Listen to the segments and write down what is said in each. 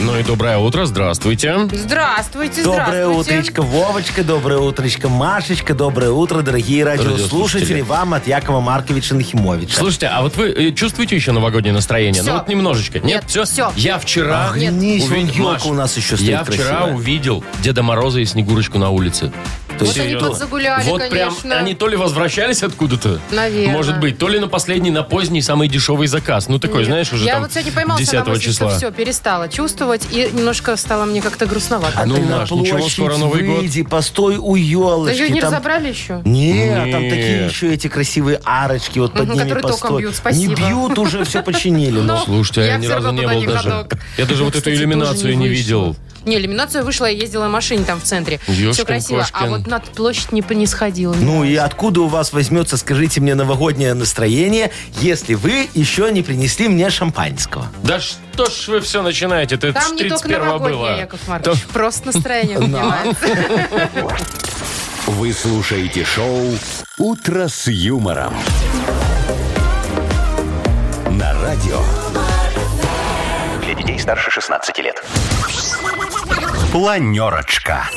Ну и доброе утро, здравствуйте. Здравствуйте, Доброе здравствуйте. утречко, Вовочка, доброе утречко, Машечка, доброе утро, дорогие Радиослушатели. радиослушатели. Вам от Якова Марковича Нахимовича. Слушайте, а вот вы э, чувствуете еще новогоднее настроение? Всё. Ну вот немножечко. Нет, Нет, все? всё. Я вчера... Нет. Охренеть, вон увидел- ёлка Маш, у нас еще стоит Я вчера красивая. увидел Деда Мороза и Снегурочку на улице. Вот Серьезно. они подзагуляли, Вот прям, конечно. они то ли возвращались откуда-то, Наверное. может быть, то ли на последний, на поздний, самый дешевый заказ. Ну такой, Нет. знаешь, уже Я там вот сегодня поймала себя 10 на мысли, числа. что все, перестала чувствовать, и немножко стало мне как-то грустновато. А Ну, ты на Маш, ничего, площадь скоро Новый год. выйди, постой у Да ее елочки. не там- разобрали еще? Нет, Нет. там такие еще эти красивые арочки, вот под Мгм, ними которые током постой. бьют, спасибо. Не бьют, уже все починили. ну. Слушайте, а я, Я ни всё разу равно не туда был не даже. ходок. Я даже вот эту Кстати, тоже иллюминацию не вышла. видел. Не, иллюминацию вышла, я ездила на машине там в центре. Ёшкин-кошкин. Все красиво. А вот над площадь не, не сходила. Ну и откуда у вас возьмется, скажите мне, новогоднее настроение, если вы еще не принесли мне шампанского? Да что ж вы все начинаете? Это Там не только 31 новогоднее, было. Яков Маркович. Просто настроение поднимается. Вы слушаете шоу «Утро с юмором». На радио. Для детей старше 16 лет. Планерочка.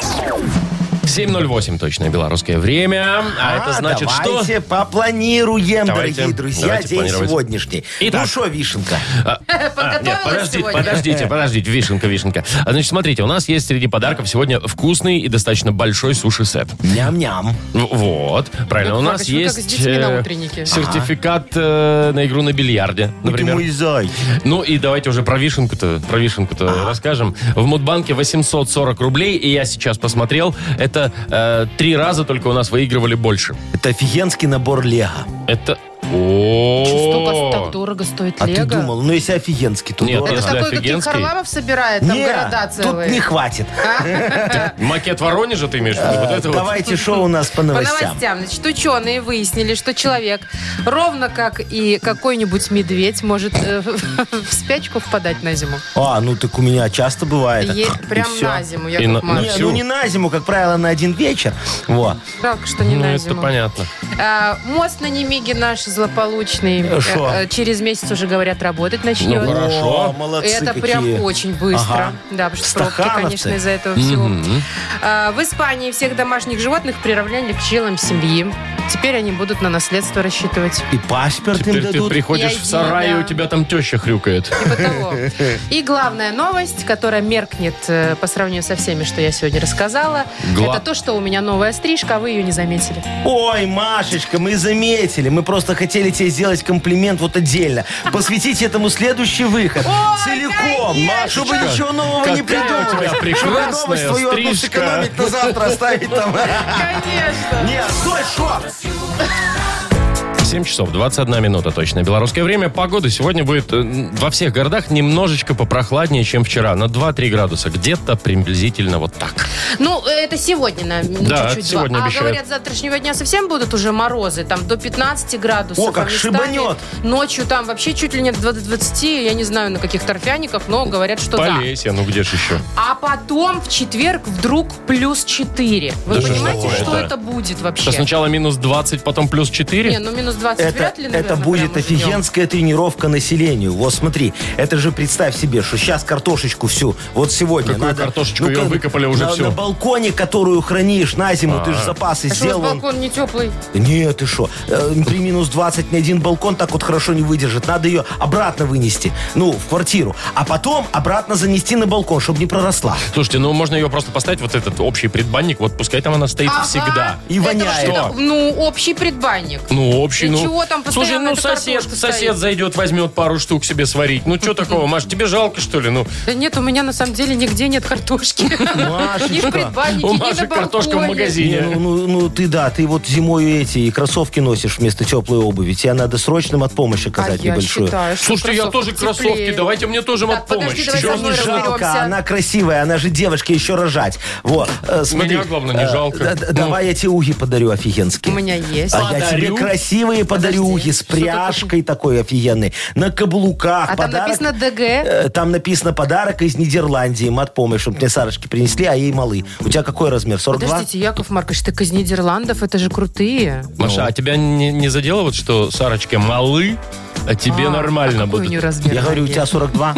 7.08 точное белорусское время. А, это значит, что... давайте попланируем, Давайте, дорогие друзья, давайте день планировать. сегодняшний. Итак. Ну что, Вишенка? А, нет, Подготовилась подождите, сегодня? подождите, подождите, вишенка, вишенка. А, Значит, смотрите, у нас есть среди подарков сегодня вкусный и достаточно большой суши-сет. Ням-ням. В- Вот, правильно. Яков у нас Маркович, вы Ну, как с есть детьми на э, утреннике. сертификат э, на игру на бильярде, например. Ты мой зайчик. Ну и давайте уже про вишенку-то, про вишенку-то расскажем. В Мудбанке 840 рублей, и я сейчас посмотрел, это э, три раза только у нас выигрывали больше. Это офигенский набор Лего. Это... О, Столько так дорого стоит А ты Лего. думал, ну если офигенский, то Нет, дорого. Это Если такой, каких офигенский. Харламов собирает, там А? Не, города тут не целые. хватит. Э, Макет Воронежа ты имеешь в виду? Вот это вот. Давайте шоу у нас по По новостям. новостям, значит, ученые выяснили, что человек, ровно как и какой-нибудь медведь, может э, в спячку впадать на зиму. А, ну так у меня часто бывает. Е- И прям всё. на зиму, И на- Яков Не, Маркович. всю? ну не на зиму, как правило, на один вечер. Во. Жалко, что не Ну, на это зиму. понятно. А, мост на Немиге наш злополучный. Э, шо? э, э, Через месяц уже, говорят, работать начнет. Ну, Хорошо. О, молодцы Это какие. прям очень быстро. Ага. Да, потому что пробки, Стахановцы. конечно, из-за этого всего. А, в Испании всех домашних животных приравняли к членам семьи. Теперь они будут на наследство рассчитывать. И паспорт им Теперь ты дадут. приходишь Я в сарай, и иди, у да. тебя там теща хрюкает. Типа того. И главная новость, которая меркнет э, по сравнению со всеми, что я сегодня рассказала, Гла- это то, что у меня новая стрижка, а вы ее не заметили. Ой, Машечка, мы заметили. Мы просто хотели тебе сделать комплимент вот отдельно. Посвятить этому следующий выход. Целиком. А Чтобы Машечка, ничего нового какая у не тебя придумывать. прекрасная Чтобы новость твою одну стрижка. сэкономить на завтра оставить там. Конечно. Нет, стой, шо? 7 часов 21 минута точно. Белорусское время. Погода сегодня будет э, во всех городах немножечко попрохладнее, чем вчера. На 2-3 градуса. Где-то приблизительно вот так. Ну, э, это сегодня, на Да, чуть-чуть. сегодня два. а обещают. говорят, с завтрашнего дня совсем будут уже морозы, там до 15 градусов. О, как а местами шибанет. Ночью там вообще чуть ли не до 20, я не знаю, на каких торфяников, но говорят, что да. Полесье, ну где ж еще? А потом в четверг вдруг плюс 4. Вы Да что ж понимаете, такое, что, да. это будет вообще? Что сначала минус 20, потом плюс 4? Не, ну минус 20 Это, вряд ли, наверное, это будет прямо ждем. офигенская тренировка населению. Вот смотри, это же представь себе, что сейчас картошечку всю, вот сегодня. Какую картошечку? Ее как- выкопали уже на, всю. На балконе, которую хранишь на зиму, ты же запасы А что, у вас сделал. вон- балкон не теплый? Нет, ты что? При минус 20 ни один балкон так вот хорошо не выдержит. Надо ее обратно вынести. Ну, в квартиру. А потом обратно занести на балкон, чтобы не проросла. Слушайте, ну можно ее просто поставить, вот этот общий предбанник, вот пускай там она стоит Ага. всегда. И Это воняет. что-то- Ну, общий предбанник. Ну, общий, И ну. чего там Слушай, постоянно ну эта сосед, картошка сосед стоит? зайдет, возьмет пару штук себе сварить. Ну что такого, Маш, тебе жалко, что ли? Ну, Да нет, у меня на самом деле нигде нет картошки. Ни в Машечка. предбаннике, у ни на Маши картошка в балконе. Не, магазине. ну, ну, ну, ты да, ты вот зимой эти и кроссовки носишь вместо теплой обуви. Тебе надо срочно от помощи А оказать я небольшую. считаю, что Слушайте, я кроссовки тоже кроссовки, теплее. давайте мне тоже Так, вот помощь. подожди, давай Чё со не мной жалко? разберемся. Жалко, она красивая, она же девочка, еще рожать. Вот, э, смотри. Меня, главное, не Э, жалко. да- да- Ну. Давай я тебе уги подарю офигенские. У меня есть. А я Подарю? тебе красивые красивые Подожди, подарюхи с что такое? пряжкой такой офигенной, на каблуках. А там подарок- написано ДГ. Э, Там написано подарок из Нидерландии. Мат помощь. Вот Мне Сарочки принесли, а ей малы. У тебя какой размер? 42? Подождите, Яков Маркович, так из Нидерландов, это же крутые. Ну. Маша, а тебя не, не задело вот, что Сарочке малы, а тебе А, нормально а какой у будут? нее размер Я говорю, у тебя 42?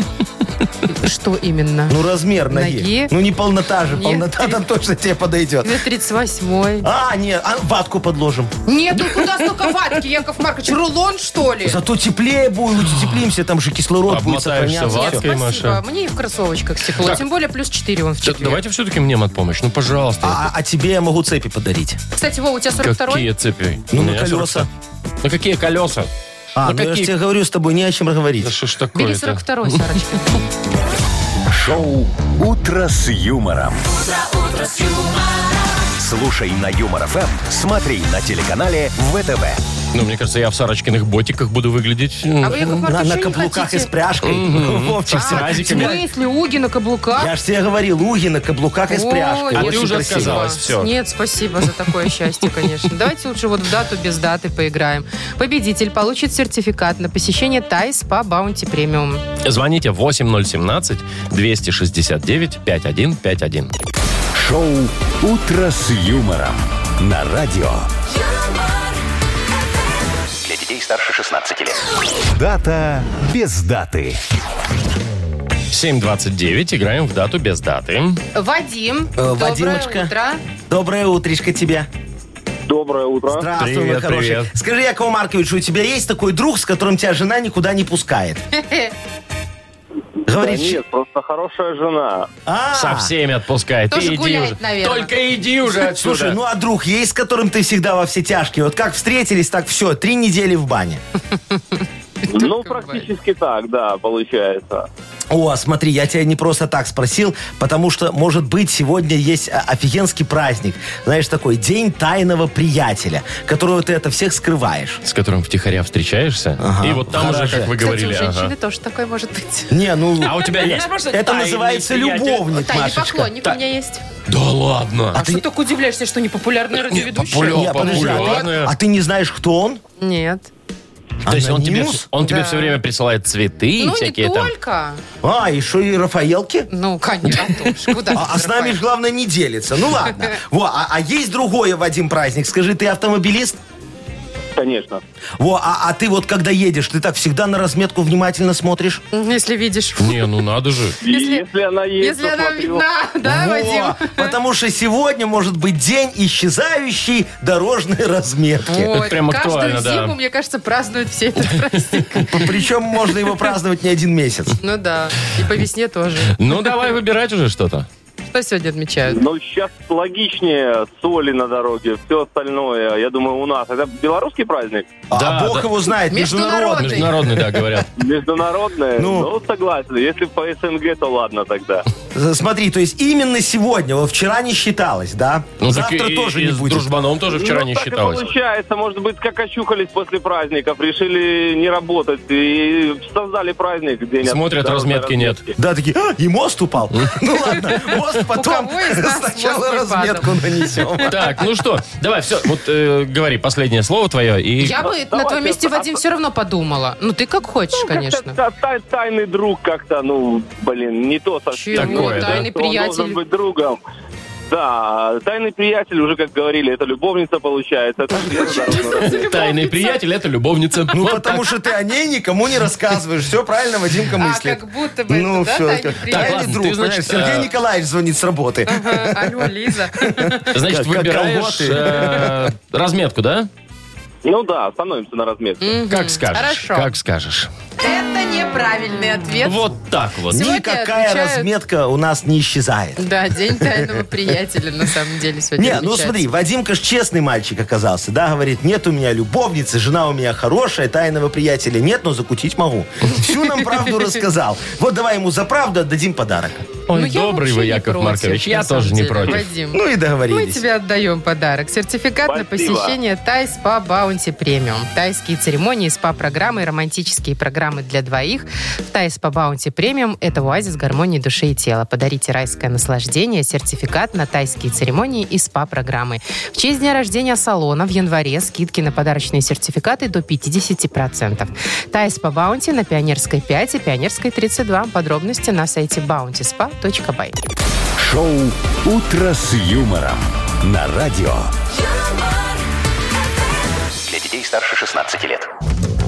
Что именно? Ну, размер ноги. Ноги? Ну, не полнота же. Нет. Ну, Полнота там точно тебе подойдет. Мне 38 А, нет, а ватку подложим. Нет, ну куда столько ватки, Яков Маркович? Рулон, что ли? Зато теплее будет, утеплимся, там же кислород будет Обмотаешься сохраняться. ваткой. Нет, Всё. Ваткой, спасибо. Маша. Мне и в кроссовочках тепло. Тем более плюс 4 он в Чё, четверг. Давайте все-таки мне помощь. Ну, пожалуйста. А, а тебе я могу цепи подарить. Кстати, Вова, у тебя 42 Какие цепи? Ну, У на меня колеса. 42. Ну, какие колеса? А, Ну, ну, я же какие- тебе говорю, с тобой не о чем говорить. Да что ж Бери такое-то? 42 Сарочка. Шоу «Утро с юмором». Слушай на Юмор ФМ, смотри на телеканале ВТВ. Ну, мне кажется, я в Сарочкиных ботиках буду выглядеть. А вы, Яков на, Маркович, на что не каблуках и с хотите? пряжкой. Вовчик, Со тебя- А, в стразиками. смысле, уги на каблуках? Я же тебе говорил, луги на каблуках и с О, пряжкой. нет, А ты Очень уже красиво. сказала. Казалось, всё. Нет, спасибо за такое счастье, конечно. Давайте лучше вот в дату без даты поиграем. Победитель получит сертификат на посещение Тайс по Баунти Премиум. Звоните 8017-269-5151. Шоу «Утро с юмором» на радио. Для детей старше 16 лет. Дата без даты. 7.29. Играем в дату без даты. Вадим, Э, доброе Вадимочка. утро. Доброе утречко тебе. Доброе утро. Здравствуй, Привет, мой хороший. привет. Скажи, Якову Марковичу, у тебя есть такой друг, с которым тебя жена никуда не пускает? Да Говорит, нет, просто хорошая жена. а, Со всеми отпускай. Ты Тоже иди гуляет, уже. наверное. Только иди уже отсюда. Слушай, ну а друг есть, с которым ты всегда во все тяжкие? Вот как встретились, так все, три недели в бане. Ну, практически так, да, получается. О, смотри, я тебя не просто так спросил, потому что, может быть, сегодня есть а, офигенский праздник. Знаешь, такой день тайного приятеля, которого ты это всех скрываешь. С которым втихаря встречаешься. Ага, и вот там в уже, гараже. как вы Кстати, у говорили. ага. женщины тоже такое может быть. Не, ну... А у тебя есть просто Это тайный называется приятель? любовник, Тайный Машечка. поклонник Та- у меня есть. Да ладно. А ну ты так удивляешься, что непопулярная радиоведущая? популярная. Не, подожди, а ты- популярная. а ты не знаешь, кто он? Нет. То есть он тебе, А Анонимус? он тебе Да. все время присылает цветы Ну, не всякие там. только. А, еще и Рафаэлки? Ну, конечно, а то ж, куда А, а ты с нами пропасть? же, главное, не делится. Ну ладно. Во, а, а есть другое, Вадим, праздник. Скажи, ты автомобилист? Конечно. Во, а, а ты вот когда едешь, ты так всегда на разметку внимательно смотришь? Если видишь. Не, ну надо же. И Если- Если, она есть, Если то она смотрю. видна, да, Во, Вадим? Потому что сегодня может быть день исчезающей дорожной разметки. Это прям актуально, каждую да. зиму, мне кажется, празднуют все этот праздник. Причем можно его праздновать не один месяц. Ну да, и по весне тоже. Ну давай выбирать уже что-то. Что сегодня отмечают? Ну, сейчас логичнее соли на дороге, все остальное, я думаю, у нас. Это белорусский праздник, А Да, бог да. его знает, международный. Международный, Международный. да, говорят. международный. Ну. Ну, согласен, если по СНГ, то ладно тогда. Смотри, то есть именно сегодня, вот вчера не считалось, да? Ну, так Завтра и- тоже и не с будет. дружбаном тоже вчера Ну, не так и считалось. получается, может быть, как очухались после праздников, решили не работать и создали праздник. День Смотрят, дорожной разметки нет. Да, такие, «А, и мост упал. Ну ладно, мост потом кого из нас сначала мост не разметку нанесем. Так, ну что, давай, все, вот э, говори последнее слово твое и... Я бы на давайте, твоем месте, а- Вадим, все равно подумала. Ну ты как хочешь, Как-то конечно. та- та- тайный друг как-то, ну, блин, не то совсем. Чего? Такое, да? Тайный Что он приятель. должен быть другом. Да, тайный приятель, уже как говорили, это любовница получается. Это же дорожная работа. Тайный приятель — это любовница. Ну, потому что ты о ней никому не рассказываешь. Все правильно, Вадимка А, мыслит. как будто бы это, Ну, да, все. тайный приятель? ладно, ты, друг, значит, понимаешь, Сергей э, Николаевич звонит с работы. Ага, Алло, Лиза. Значит, как- как выбираешь колготы. э, разметку, да? Ну да, становимся на разметке. Как скажешь. хорошо. Как скажешь. Это неправильный ответ. Вот так вот. Сегодня Никакая отмечают- разметка у нас не исчезает. Да, день тайного приятеля, на самом деле, сегодня Не, ну отмечается. смотри, Вадимка ж честный мальчик оказался, да, говорит, нет у меня любовницы, жена у меня хорошая, тайного приятеля нет, но закутить могу. Всю нам правду рассказал. Вот давай ему за правду отдадим подарок. Ну, я добрый вообще вы, не Яков против, Маркович. Я на самом тоже не деле, против. Вадим. Ну и Мы договорились. тебе отдаем подарок. Сертификат на Спасибо. посещение Тай Спа Баунти Премиум. Тайские церемонии, спа-программы, и романтические программы для двоих. В Тай Спа Баунти Премиум – это оазис гармонии души и тела. Подарите райское наслаждение, сертификат на тайские церемонии и спа-программы. В честь дня рождения салона в январе скидки на подарочные сертификаты до 50%. Тай Спа Баунти на Пионерской 5 и Пионерской 32. Подробности на сайте bountyspa.by. Шоу «Утро с юмором» на радио. Для детей старше 16 лет.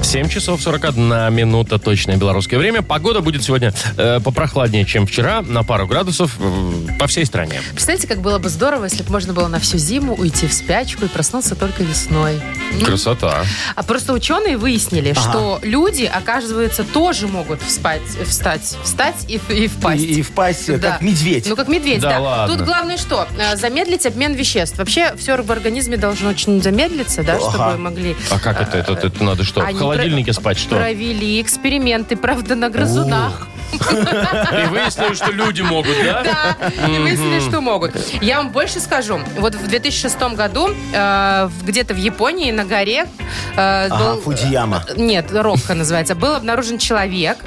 7 часов 41 минута точное белорусское время. Погода будет сегодня э, попрохладнее, чем вчера, на пару градусов э, по всей стране. Представляете, как было бы здорово, если бы можно было на всю зиму уйти в спячку и проснуться только весной. М? Ну, Красота. А просто ученые выяснили, что люди, оказывается, тоже могут вспать, встать, встать и, в- и впасть. И, и впасть, э, Да. как медведь. Ну, как медведь, Да да. ладно. Тут главное что? Э, Замедлить обмен веществ. Вообще, все в организме должно очень замедлиться, да, чтобы могли... А как это? Это, это надо что? В Они холодильнике про- спать что? Провели эксперименты, правда, на грызунах. И выяснили, что люди могут, да? Да, и выяснили, что могут. Я вам больше скажу. Вот в 2006 году э, в- где-то в Японии на горе э, Ага, был- Фудзияма. Нет, Робка называется. Был обнаружен человек,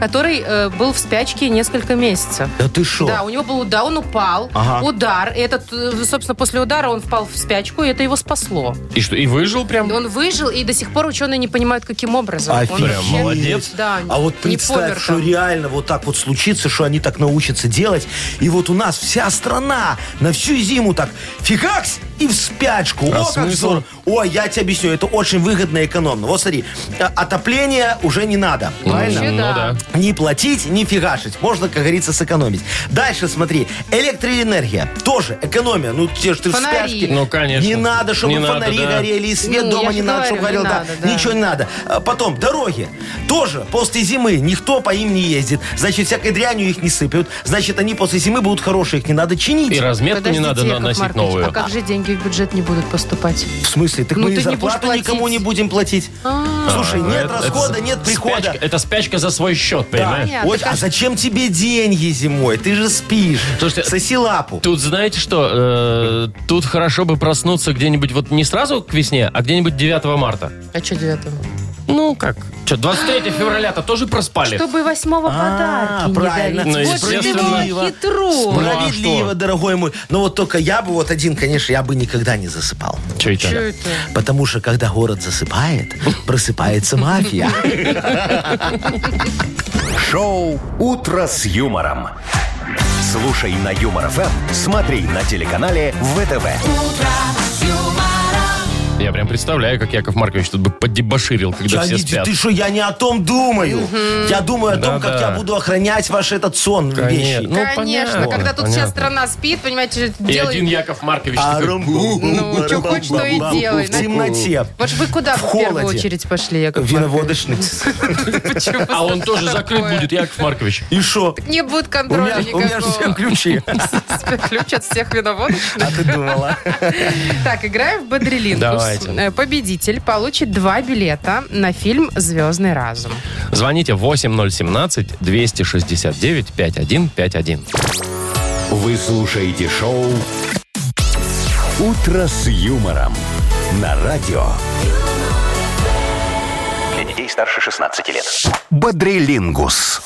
который э, был в спячке несколько месяцев. Да ты шо? Да, у него был удар, он упал, Ага. удар. И этот, э, собственно, после удара он впал в спячку, и это его спасло. И что, и выжил прям? Он выжил, и до сих пор ученые не понимают, каким образом. Он Офигеть. Прям вообще- молодец. Да, А вот не представь, помер что там. реально вот так вот случится, что они так научатся делать. И вот у нас вся страна на всю зиму так фигакс и в спячку. А О, как смысл? здорово. О, я тебе объясню, это очень выгодно и экономно. Вот смотри, э, отопление уже не надо. Правильно? Вообще, Ну да. да. Не платить, не фигашить. Можно, как говорится, сэкономить. Дальше смотри. Электроэнергия. Тоже экономия. Ну, те же ты Фонари. в спячке. Ну, конечно. Не надо, чтобы Не надо, фонари да. горели, и свет Ну, я дома же не надо, чтобы говорю, горел. не Да. надо, да. Ничего не надо. А Потом, дороги. Тоже после зимы никто по им не ездит. Значит, всякой дрянью их не сыпят. Значит, они после зимы будут хорошие, их не надо чинить. И разметку не Подождите, надо Яков наносить Маркович, новую. А как же деньги в бюджет не будут поступать? В смысле? Так Ну, мы ты и не зарплату будешь никому платить. А. не будем платить. Слушай, нет А, Это- расхода, это нет прихода. спячка- это спячка за свой счет, понимаешь? Понятно. Ой, а зачем тебе деньги зимой? Ты же спишь. Слушайте, Соси лапу. Тут знаете что? Э, тут хорошо бы проснуться где-нибудь вот не сразу к весне, а где-нибудь 9 марта. А что девятого? Ну как? Что, 23 февраля-то тоже проспали? Чтобы восьмого подарки А, не правильно. дарить. Ну, Вот же ты естественно. была хитру. Ну, а Справедливо, что? дорогой мой. Но вот только я бы вот один, конечно, я бы никогда не засыпал. Чё это? Чё это? Потому что когда город засыпает, просыпается мафия. Шоу «Утро с юмором». Слушай на Юмор ФМ, смотри на телеканале ВТВ. Я прям представляю, как Яков Маркович тут бы поддебоширил, когда все Леонид, спят. Ты что, я не о том думаю. Я думаю о том, как Да-да. я буду охранять ваш этот сон Конечно. вещи. Ну, Конечно, понятно, когда тут вся понятно. страна спит, понимаете, И делает... один Яков Маркович А такой, Ну, что хочешь, то и делай. В темноте. Вот ж вы куда В бы в первую холоде. очередь пошли, Яков Виноводочный. Маркович? а он тоже закрыт такое? будет, Яков Маркович. И шо? Не будет У контроля меня, у меня же всем никакого. ключи. Ключ от всех виноводочных. А ты думала? Так, играем в Бодрилингус. Давайте. Э, Победитель получит два билета на фильм «Звездный разум». Звоните 8017-269-5151. Вы слушаете шоу «Утро с юмором» на радио Для детей старше 16 лет. «Бодрилингус».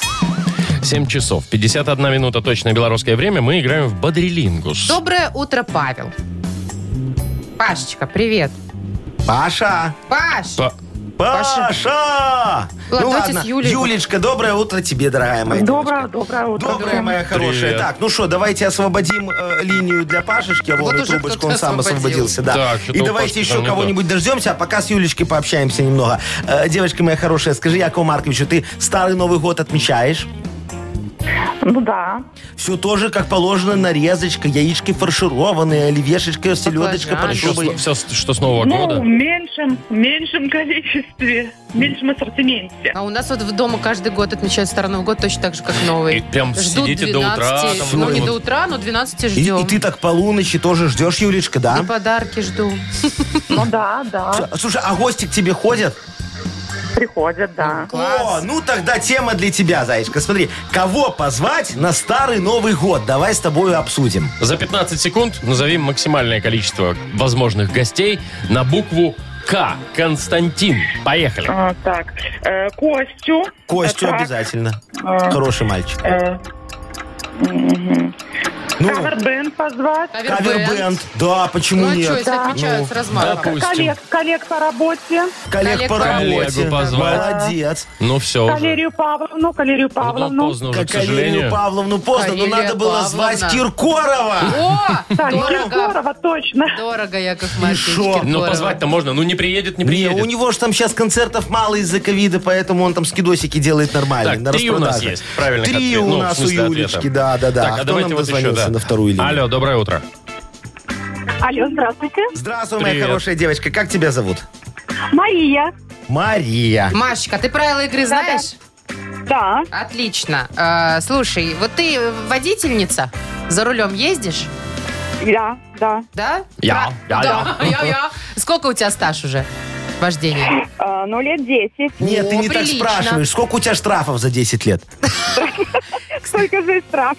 7 часов 51 минута точное белорусское время. Мы играем в Бодрилингус. Доброе утро, Павел. Пашечка, привет. Паша! Паш! Па- Паша! Ну давайте ладно, с Юлей. Юлечка, доброе утро тебе, дорогая моя. Доброе, доброе утро. Доброе, моя хорошая. Привет. Так, ну что, давайте освободим э, линию для Пашечки. Вон Вот и уже трубочку, кто-то он сам освободил. освободился. Да. Так, что-то и у давайте Пашки еще там не кого-нибудь дождемся, а пока с Юлечкой пообщаемся немного. Э, девочка моя хорошая, скажи Якову Марковичу, ты старый Новый год отмечаешь? Ну да. Все тоже, как положено, нарезочка, яички фаршированные, Ну, оливьешечка, селедочка, Баклажан. Всё подшубой. с- Все, что с Нового Ну, в года. меньшем, меньшем количестве, меньшем ассортименте. А у нас вот в дома каждый год отмечают Старый Новый год точно так же, как новый. И прям сидите до утра, там, ну, вот не это до вот. утра, но 12 И, ждем. и ты так полуночи тоже ждешь, Юлечка, да? И подарки жду. Ну да, да. Слушай, а гости к тебе ходят? Приходят, да. Класс. О, ну тогда тема для тебя, Зайчка. Смотри, кого позвать на старый Новый год? Давай с тобой обсудим. За 15 секунд назови максимальное количество возможных гостей на букву К. Константин. Поехали. А, так, э, Костю. Костю Так, обязательно. А. Хороший мальчик. э, мгм. Ну, Кавербенд позвать. кавер-бенд. Да, Ну почему а что, нет? если отвечают с размахом? Допустим. Коллег, коллег по работе. Коллег по Коллегу работе. позвать. Молодец. Ну все уже. Калерию Павловну, Калерию Ну, Павловну. поздно уже, Как к сожалению. Калерию Павловну поздно, но Калерия надо было звать Павловна. Киркорова. О, Так, дорого, Егорова, точно. дорого, Яков Маркович. шо? Киркоров. Но позвать-то можно. Ну не приедет, не Не, приедет. у него же там сейчас концертов мало из-за ковида, поэтому он там скидосики делает нормально. Так, на три у нас распродаже. есть правильных Три ответ- у ну, в нас у смысле ответа. Юлечки, да, да, да. Так, а Кто давайте нам вот еще, дозвонился да. на вторую линию? Алло, доброе утро. Алло, здравствуйте. Здравствуй, моя Привет. хорошая девочка. Как тебя зовут? Мария. Мария. Машечка, ты правила игры Да-да. знаешь? Да, Отлично. Э, слушай, вот ты водительница, за рулем ездишь, я, да. да? Я, Про- я, да, я, я. Сколько у тебя стаж уже вождения? Э, ну, лет 10. Нет, О, ты не прилично. так спрашиваешь. Сколько у тебя штрафов за 10 лет? Только за штраф.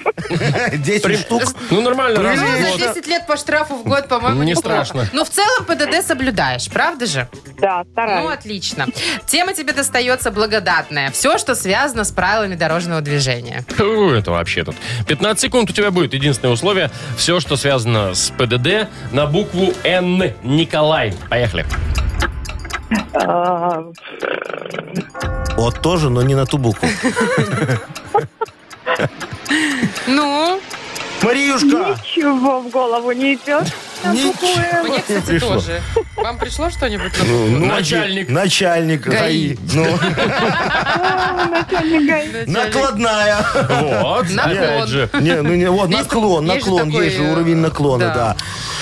10 штук. Ну нормально, раз Ну, в за год. 10 лет по штрафу в год, по-моему, Ну, Не неплохо. страшно. Но в целом ПДД соблюдаешь, правда же? Да, Ну, стараюсь. отлично. Тема тебе достается благодатная. Все, что связано с правилами дорожного движения. Фу, это вообще тут. 15 секунд у тебя будет. Единственное условие. Все, что связано с ПДД, на букву Н. Николай. Поехали. Э, Вот тоже, но не на ту букву. Ну, Мариюшка! А, Ничего в голову не идет. Ничего Ну, мне, не кстати, пришло. тоже. Вам пришло что-нибудь? на- Ну, Начальник. оди- Начальник. ГАИ. ГАИ. Ну, накладная. Вот. Наклон. Опять же. Не, ну не, вот, Есть наклон, такой- есть же наклон, такой, есть же э, уровень наклона, да. да.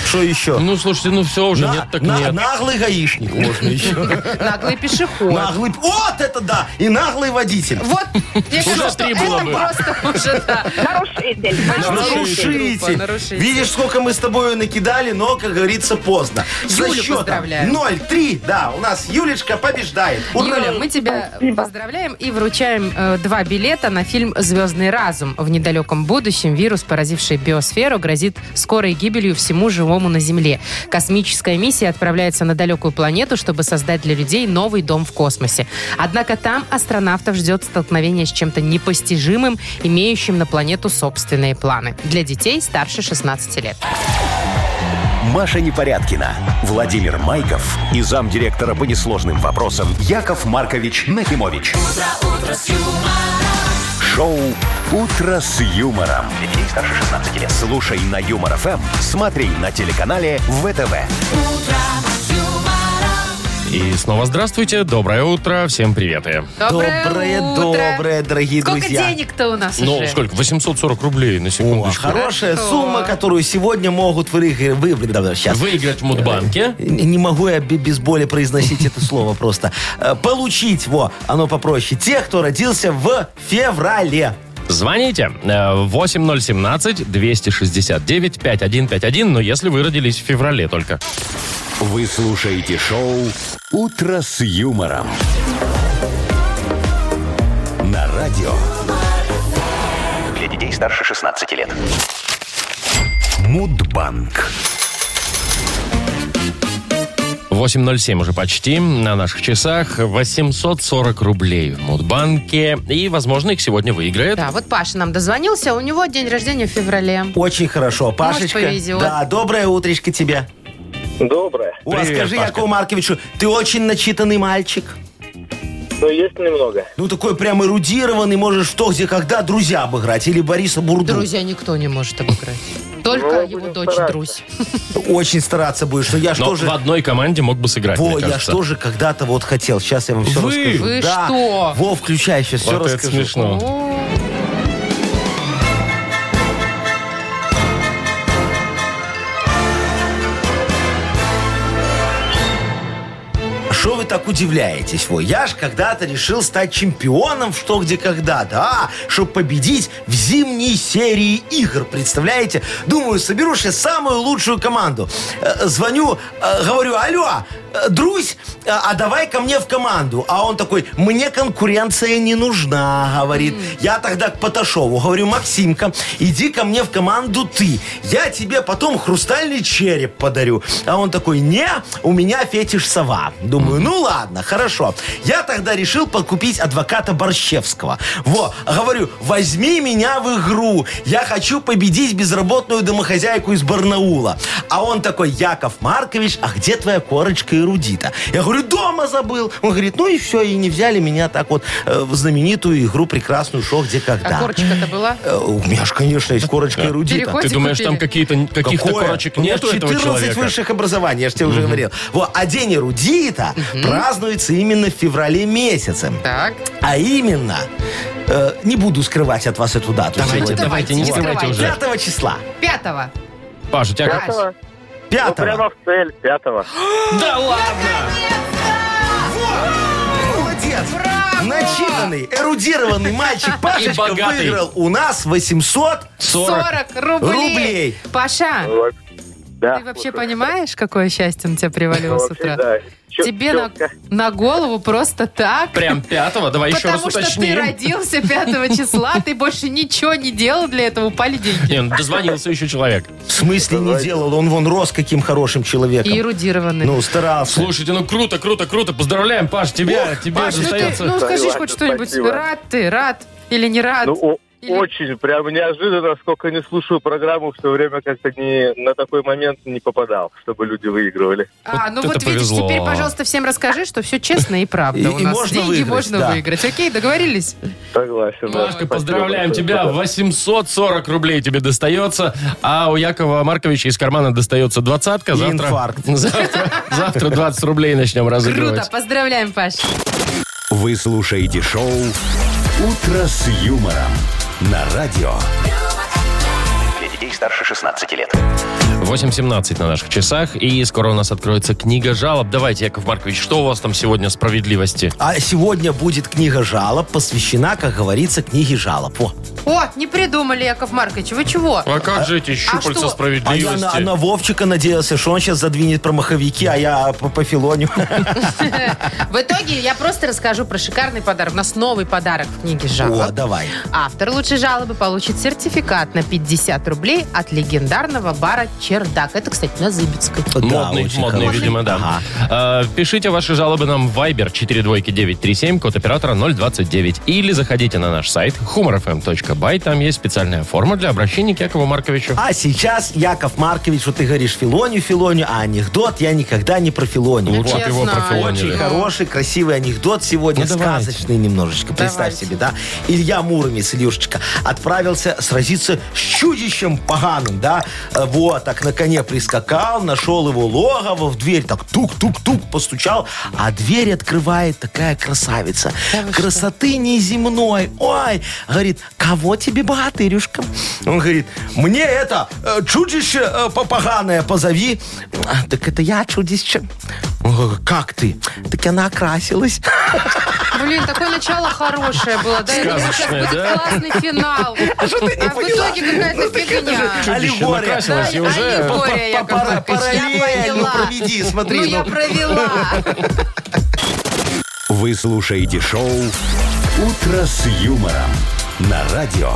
Что еще? Ну, слушайте, ну все уже, На- нет так на- нет. Наглый гаишник можно еще. Наглый пешеход. Наглый... Вот это да! И наглый водитель. Вот, я Уже говорю, что три это было бы. просто уже, да. Нарушитель. Нарушитель. Группа, Нарушитель. нарушитель. Видишь, сколько мы с тобой накидали, но, как говорится, поздно. Юлю За счетом поздравляем. 0-3, да, у нас Юлечка побеждает. Ура! Юля, мы тебя поздравляем и вручаем э, два билета на фильм «Звездный разум». В недалеком будущем вирус, поразивший биосферу, грозит скорой гибелью всему живому на Земле. Космическая миссия отправляется на далекую планету, чтобы создать для людей новый дом в космосе. Однако там астронавтов ждет столкновение с чем-то непостижимым, имеющим на планету собственные планы. Для детей старше 16 лет. Маша Непорядкина, Владимир Майков и замдиректора по несложным вопросам Яков Маркович Нахимович. Шоу Утро с юмором. Для детей старше 16 лет. Слушай на юмор ФМ, смотри на телеканале ВТВ. И снова здравствуйте, доброе утро, всем привет. э. Доброе, Доброе, утро. доброе, дорогие Сколько друзья. денег-то у нас Ну, уже? сколько? 840 рублей на О, секундочку. А хорошая Хорошо. сумма, которую сегодня могут выиграть. Вы, сейчас. Выиграть в Мудбанке. Не могу я бе- без боли произносить это слово просто. Э, Получить, во, оно попроще. Тех, кто родился в феврале. Звоните э, 8017-269-5151, но если вы родились в феврале только. Вы слушаете шоу Утро с юмором. На радио Для детей старше 16 лет. Мудбанк. 8.07 уже почти на наших часах. 840 рублей в Мудбанке. И, возможно, их сегодня выиграет. Да, вот Паша нам дозвонился, у него день рождения в феврале. Очень хорошо. Пашечка, повезет. да, доброе утречко тебе. Доброе. О, Привет, скажи, Пашка. Якову Марковичу, ты очень начитанный мальчик. Ну, есть немного. Ну, такой прям эрудированный, можешь что, где, когда друзья обыграть. Или Бориса Бурду. Друзья никто не может обыграть. Ну, Только его будем дочь стараться. Друзь. Очень стараться будешь. Но я Но что же... в одной команде мог бы сыграть, Во, мне я кажется. что же когда-то вот хотел. Сейчас я вам все Вы? расскажу. Вы Да. что? Во, включай, сейчас все Вот это расскажу. смешно. Что вы так удивляетесь? Во, я ж когда-то решил стать чемпионом в что, где, когда, да, чтобы победить в зимней серии игр, представляете? Думаю, соберу сейчас самую лучшую команду. Э, Звоню, э, говорю, алло, «Э, Друзь, э, а давай ко мне в команду. А он такой, мне конкуренция не нужна, говорит. Я тогда к Поташову говорю, Максимка, иди ко мне в команду ты. Я тебе потом хрустальный череп подарю. А он такой, не, у меня фетиш сова. Думаю, ну ладно, хорошо. Я тогда решил подкупить адвоката Борщевского. Во, говорю, возьми меня в игру. Я хочу победить безработную домохозяйку из Барнаула. А он такой, Яков Маркович, а где твоя корочка эрудита? Я говорю, дома забыл. Он говорит, ну и все, и не взяли меня так вот э, в знаменитую игру прекрасную шоу, где когда. А корочка-то была? Э, У меня же, конечно, есть корочка эрудита. Переход Ты думаешь, там купили. какие-то каких-то Какое? корочек У меня нету этого 14 человека? высших образований, я же тебе уже говорил. Вот, а День эрудита празднуется именно в феврале месяце. Так. А именно, э, не буду скрывать от вас эту дату Давайте, сегодня. давайте, не Не скрывайте скрывайте. уже. 5 числа. Пятого. Паш, у тебя как? Пятого. Ну, 5 прямо в цель, пятого. Да ладно! Молодец! Начитанный, эрудированный мальчик Пашечка И богатый. выиграл у нас 800 40. 40 рублей. Рублей. Паша, Вот. Да. ты вообще понимаешь, какое счастье на тебя привалило Ну, с вообще, утра? да. Чё- Тебе на, чётко. на голову просто так. Прям пятого? Давай еще раз Потому что ты уточним. родился 5 числа, ты больше ничего не делал для этого, упали деньги. Не, ну, дозвонился еще человек. В смысле не делал? Он вон рос каким хорошим И человеком. эрудированный. Ну, старался. Слушайте, ну круто, круто, круто. Поздравляем, Паш, тебя. тебе Паш, ну, ты- достается... ну скажи Согласен, хоть что-нибудь. спасибо. Рад ты, рад или не рад? Ну, о- Или- очень прям неожиданно, сколько не слушаю программу, все время как-то не, на такой момент не попадал, чтобы люди выигрывали. а, ну вот вот это видишь, повезло. теперь, пожалуйста, всем расскажи, что все честно и правда И- у и нас. можно деньги выиграть, можно да. выиграть. Окей, договорились? Согласен. да. Машка, Спасибо поздравляем большое. тебя. 840 рублей тебе достается. А у Якова Марковича из кармана достается двадцатка. И Завтра, инфаркт. Завтра, завтра 20 рублей начнем Круто, разыгрывать. поздравляем, Паш. Вы слушаете шоу «Утро с юмором» на радио. Для детей старше 16 лет. 8.17 на наших часах. И скоро у нас откроется книга жалоб. Давайте, Яков Маркович, что у вас там сегодня справедливости? А сегодня будет книга жалоб, посвящена, как говорится, книге жалоб. Во. О, не придумали, Яков Маркович, вы чего? А как же эти щупальца что? А я на, на Вовчика надеялся, что он сейчас задвинет про маховики, а я по, по филоню. В итоге я просто расскажу про шикарный подарок. У нас новый подарок в книге О, жалоб. давай. Автор лучшей жалобы получит сертификат на 50 рублей от легендарного бара «Чердак». Это, кстати, на Зыбицкой. модный, очень модный, хороший. видимо, да. Ага. Э, пишите ваши жалобы нам в Viber 42937, код оператора 029. Или заходите на наш сайт humorfm.by. Там есть специальная форма для обращения к Якову Марковичу. А сейчас, Яков Маркович, вот ты говоришь филонию, филонию, а анекдот я никогда не про филонию. Лучше Вот. б его Честно. профилонили. Очень хороший, красивый анекдот сегодня, Ну, давайте. сказочный немножечко. Представь Давайте. себе, да? Илья Муромец, Ильюшечка, отправился сразиться с чудищем поганым, да? Э, Вот, так на коне прискакал, нашел его логово, в дверь так тук-тук-тук постучал, а дверь открывает такая красавица. Красоты неземной. Ой, говорит, кого тебе, богатырюшка? Он говорит, мне это, э, чудище э, по- поганое позови. «А, Так это я чудище. Он говорит, Как ты? Так она окрасилась. Блин, такое начало хорошее было, да? Я думала, сейчас Сказочное, будет да? классный фигня. А в итоге какая-то фигня. Чудище Аллегория. накрасилось и Да, уже... аллегория. Пар- Яков пара- Маркович, я параллель, ну, поняла. проведи, смотри. Ну, я ну. провела. Вы слушаете шоу «Утро с юмором» на радио.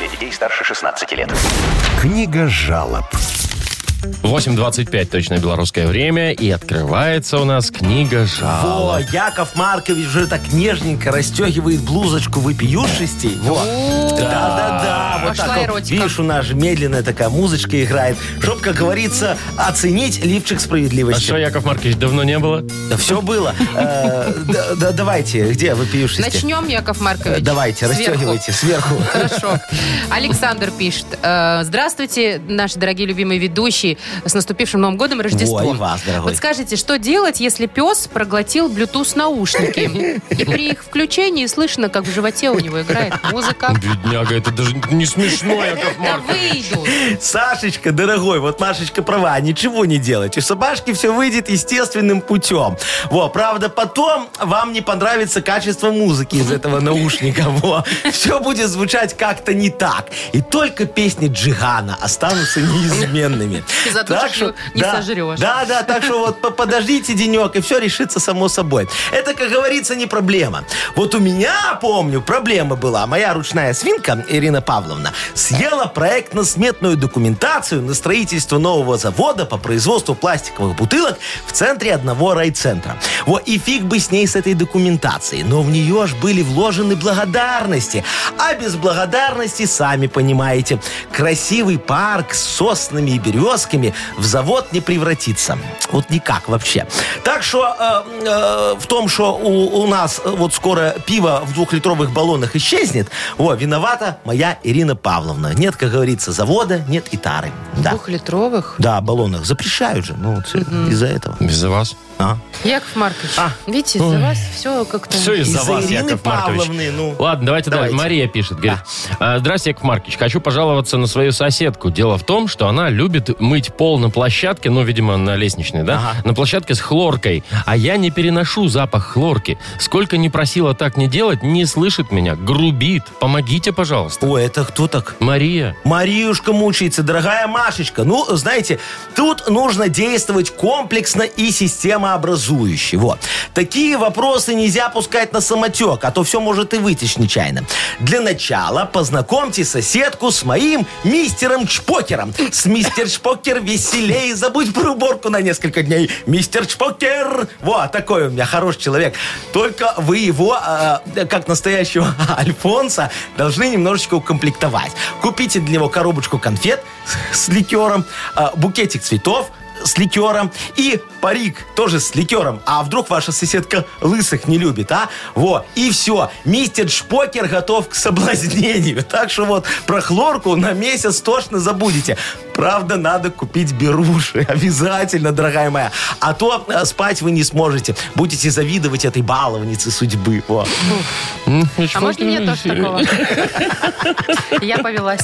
Для детей старше 16 лет. Книга жалоб. 8.25 точно белорусское время. И открывается у нас книга Во, жалоб. Яков Маркович уже так нежненько расстегивает блузочку выпиющестей. Вот. Да-да-да. Вот А Пошла так вот. эротика. Видишь, у нас же медленная такая музычка играет. Чтоб, как говорится, оценить лифчик А что, справедливости. Яков Маркович, давно не было? Да все было. Э, да- да- Давайте, где выпиющести? Начнем, Яков Э, Маркович. Давайте, Сверху. расстегивайте сверху. Хорошо. Александр пишет. э, Здравствуйте, наши дорогие любимые ведущие. С наступившим Новым годом и Рождеством. Во, и вас, дорогой. Вот скажите, что делать, если пес проглотил Bluetooth наушники? И при их включении слышно, как в животе у него играет музыка. Бедняга, это даже не смешно, Яков Да Маркович. выйду. Сашечка, дорогой, вот Машечка права, ничего не делайте. У собачки все выйдет естественным путем. Во, правда, потом вам не понравится качество музыки из этого наушника. Во, все будет звучать как-то не так. И только песни Джигана останутся неизменными. И за Так тушек что, не да, сожрешь. Да, да, так что вот по- подождите денек, и все решится само собой. Это, как говорится, не проблема. Вот у меня, помню, проблема была. Моя ручная свинка, Ирина Павловна, съела проектно-сметную документацию на строительство нового завода по производству пластиковых бутылок в центре одного райцентра. Вот и фиг бы с ней с этой документацией, но в нее ж были вложены благодарности. А без благодарности, сами понимаете, красивый парк с соснами и березками в завод не превратится. Вот никак вообще. Так что э, э, в том, что у, у нас э, вот скоро пиво в двухлитровых баллонах исчезнет, о, виновата моя Ирина Павловна. Нет, как говорится, завода, нет и тары. Да. Двухлитровых. Да, баллонах запрещают же, ну, вот из-за этого. Без вас. А? Яков Маркович, А. видите, из-за вас все как-то... Все из-за Из-за вас, Ирины Яков Маркович. Павловны, ну. Ладно, давайте, давайте. Давайте. Мария пишет, говорит. «А, Здрасте, Яков Маркович. Хочу пожаловаться на свою соседку. Дело в том, что она любит мыть пол на площадке, ну, видимо, на лестничной, да? Ага. На площадке с хлоркой. А я не переношу запах хлорки. Сколько не просила так не делать, не слышит меня. Грубит. Помогите, пожалуйста. Ой, это кто так? Мария. Мариюшка мучается, дорогая Машечка. Ну, знаете, тут нужно действовать комплексно и системообразующе. Вот. Такие вопросы нельзя пускать на самотек, а то все может и вытечь нечаянно. Для начала познакомьте соседку с моим мистером Чпокером. С мистер Чпокер веселее, забудь про уборку на несколько дней. Мистер Чпокер! Вот, такой у меня хороший человек. Только вы его, э, как настоящего Альфонса, должны немножечко укомплектовать. Купите для него коробочку конфет с, с ликером, э, букетик цветов с ликером и парик тоже с ликером. А вдруг ваша соседка лысых не любит, а? Во, и все. Мистер Шпокер готов к соблазнению. Так что вот про хлорку на месяц точно забудете. Правда, надо купить беруши. Обязательно, дорогая моя. А то э, спать вы не сможете. Будете завидовать этой баловнице судьбы. Во. А можно мне тоже такого? ну, Я повелась.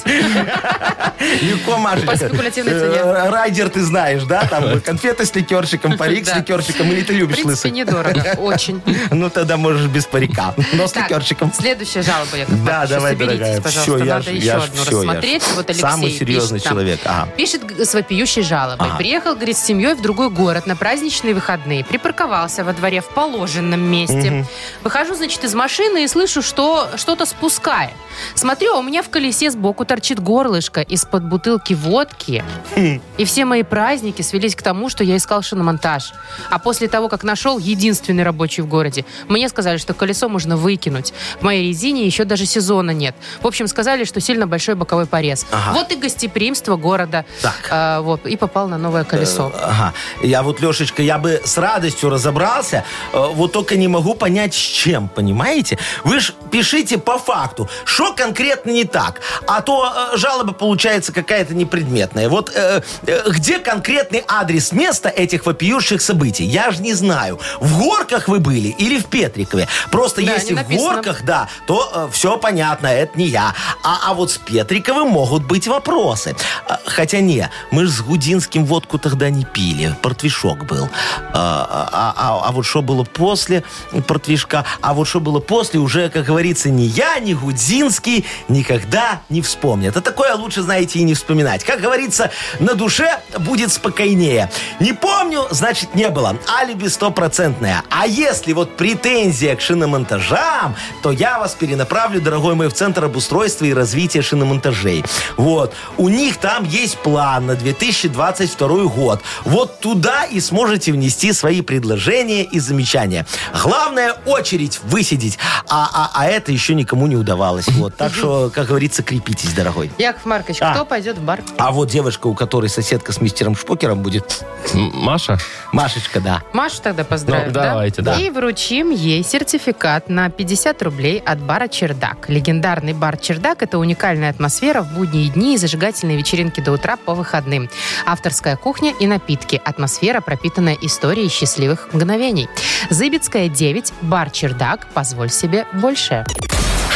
Легко, Машечка. По спекулятивной цене. Э, Райдер ты знаешь, да? Там конфеты с ликерчиком, парик с Да. ликерчиком. Или ты В любишь принципе, лысых? недорого. Очень. Ну, тогда можешь без парика, но с Так, ликерчиком. Следующая жалоба, Яков Да, Маркович, давай, соберитесь, дорогая, пожалуйста. всё, я Надо ж- еще я ж- одну всё, я ж рассмотреть. Вот Алексей самый серьезный пишет нам. человек, ага. Пишет г- с вопиющей жалобой. Ага. Приехал, говорит, с семьей в другой город на праздничные выходные. Припарковался во дворе в положенном месте. Выхожу, значит, из машины и слышу, что что-то спускает. Смотрю, а у меня в колесе сбоку торчит горлышко из-под бутылки водки. И все мои праздники свелись к тому, что я искал шиномонтаж. А после того, как нашел единственный рабочий в городе, мне сказали, что колесо можно выкинуть. В моей резине еще даже сезона нет. В общем, сказали, что сильно большой боковой порез. Ага. Вот и гостеприимство города. Так. А, вот, и попал на новое колесо. Э, Ага. Я вот, Лешечка, я бы с радостью разобрался, э, вот только не могу понять, с чем, понимаете? Вы ж пишите по факту, что конкретно не так, а то э, жалоба получается какая-то непредметная. Вот э, э, где конкретный адрес места этих вопиющих событий? Я же не знаю. В Горках вы были или в Петрикове? Просто Да, если не в написано. Горках, да, то все понятно, это не я. А, а вот с Петриковым могут быть вопросы. А, хотя не, мы же с Гудинским водку тогда не пили. Портвишок был. А, а- а- а вот что было после портвишка, а вот что было после, уже, как говорится, ни я, ни Гудинский никогда не вспомнят. А такое лучше, знаете, и не вспоминать. Как говорится, на душе будет спокойнее. Не помню, значит, не было. Алиби стопроцентное. А если вот претензия к шиномонтажам, то я вас перенаправлю, дорогой мой, в Центр обустройства и развития шиномонтажей. Вот. У них там есть план на 2022 год. Вот туда и сможете внести свои предложения и замечания. Главное очередь высидеть. А, а, а это еще никому не удавалось. Вот. Так что, как говорится, крепитесь, дорогой. Яков Маркович, А. кто пойдет в бар? А вот девушка, у которой соседка с мистером Шпокером будет, Маша? Машечка, да. Машу тогда поздравим, Ну, да? давайте, да. И вручим ей сертификат на 50 рублей от бара «Чердак». Легендарный бар «Чердак» — это уникальная атмосфера в будние дни и зажигательные вечеринки до утра по выходным. Авторская кухня и напитки. Атмосфера, пропитанная историей счастливых мгновений. Зыбецкая, 9, бар «Чердак». Позволь себе больше.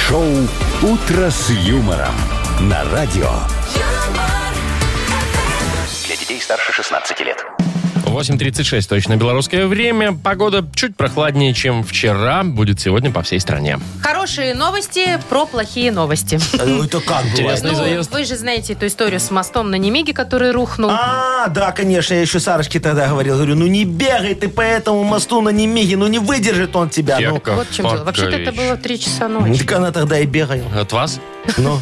Шоу «Утро с юмором» на радио. Для детей старше 16 лет. 8.36 точно белорусское время. Погода чуть прохладнее, чем вчера. Будет сегодня по всей стране. Хорошие новости про плохие новости. Ну, это как бывает? Интересный Ну, заезд. вы же знаете эту историю с мостом на Немиге, который рухнул. А, да, конечно, я еще Сарочке тогда говорил, говорю, ну не бегай ты по этому мосту на Немиге, ну не выдержит он тебя. Ну, Яков вот в чем дело. Вообще-то это Маркович. было 3 часа ночи. так она тогда и бегала. От вас? Ну,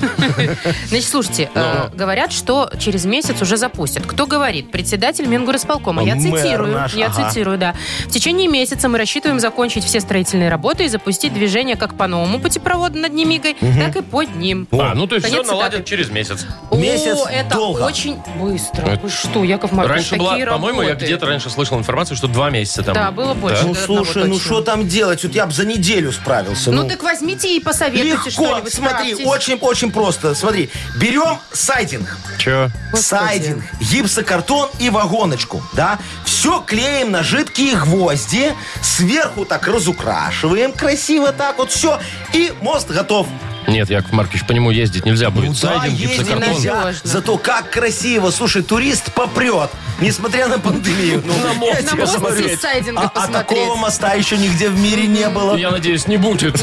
Значит, слушайте, э, говорят, что через месяц уже запустят. Кто говорит? Председатель Мингорисполкома. Я Мэр цитирую. наш, я ага. цитирую, да. В течение месяца мы рассчитываем закончить все строительные работы и запустить движение как по новому путепроводу над Немигой, так и под ним. А, ну то есть Конец все наладят цитаты. через месяц. О, месяц это долго. очень быстро. Это- Вы что, Яков Маркович, раньше была, такие по-моему, я работы. где-то раньше слышал информацию, что два месяца там. Да, было больше. Да? ну, да, слушай, одного ну точно. что там делать? Вот я бы за неделю справился. Ну так возьмите и посоветуйте Легко, что-нибудь. смотри, справьтесь. очень-очень просто. Смотри, берем сайдинг, Чё? Господи. сайдинг, гипсокартон и вагоночку, да? Все клеим на жидкие гвозди, сверху так разукрашиваем красиво так вот все, и мост готов. Нет, Яков Маркович, по нему ездить нельзя будет. Ну да, Сайдинг, ездить гипсокартон. нельзя. Надежно. Зато как красиво. Слушай, турист попрет, несмотря на пандемию. Ну, на я тебе мост говорю. из сайдинга а, а посмотреть. такого моста еще нигде в мире не было. Я надеюсь, не будет.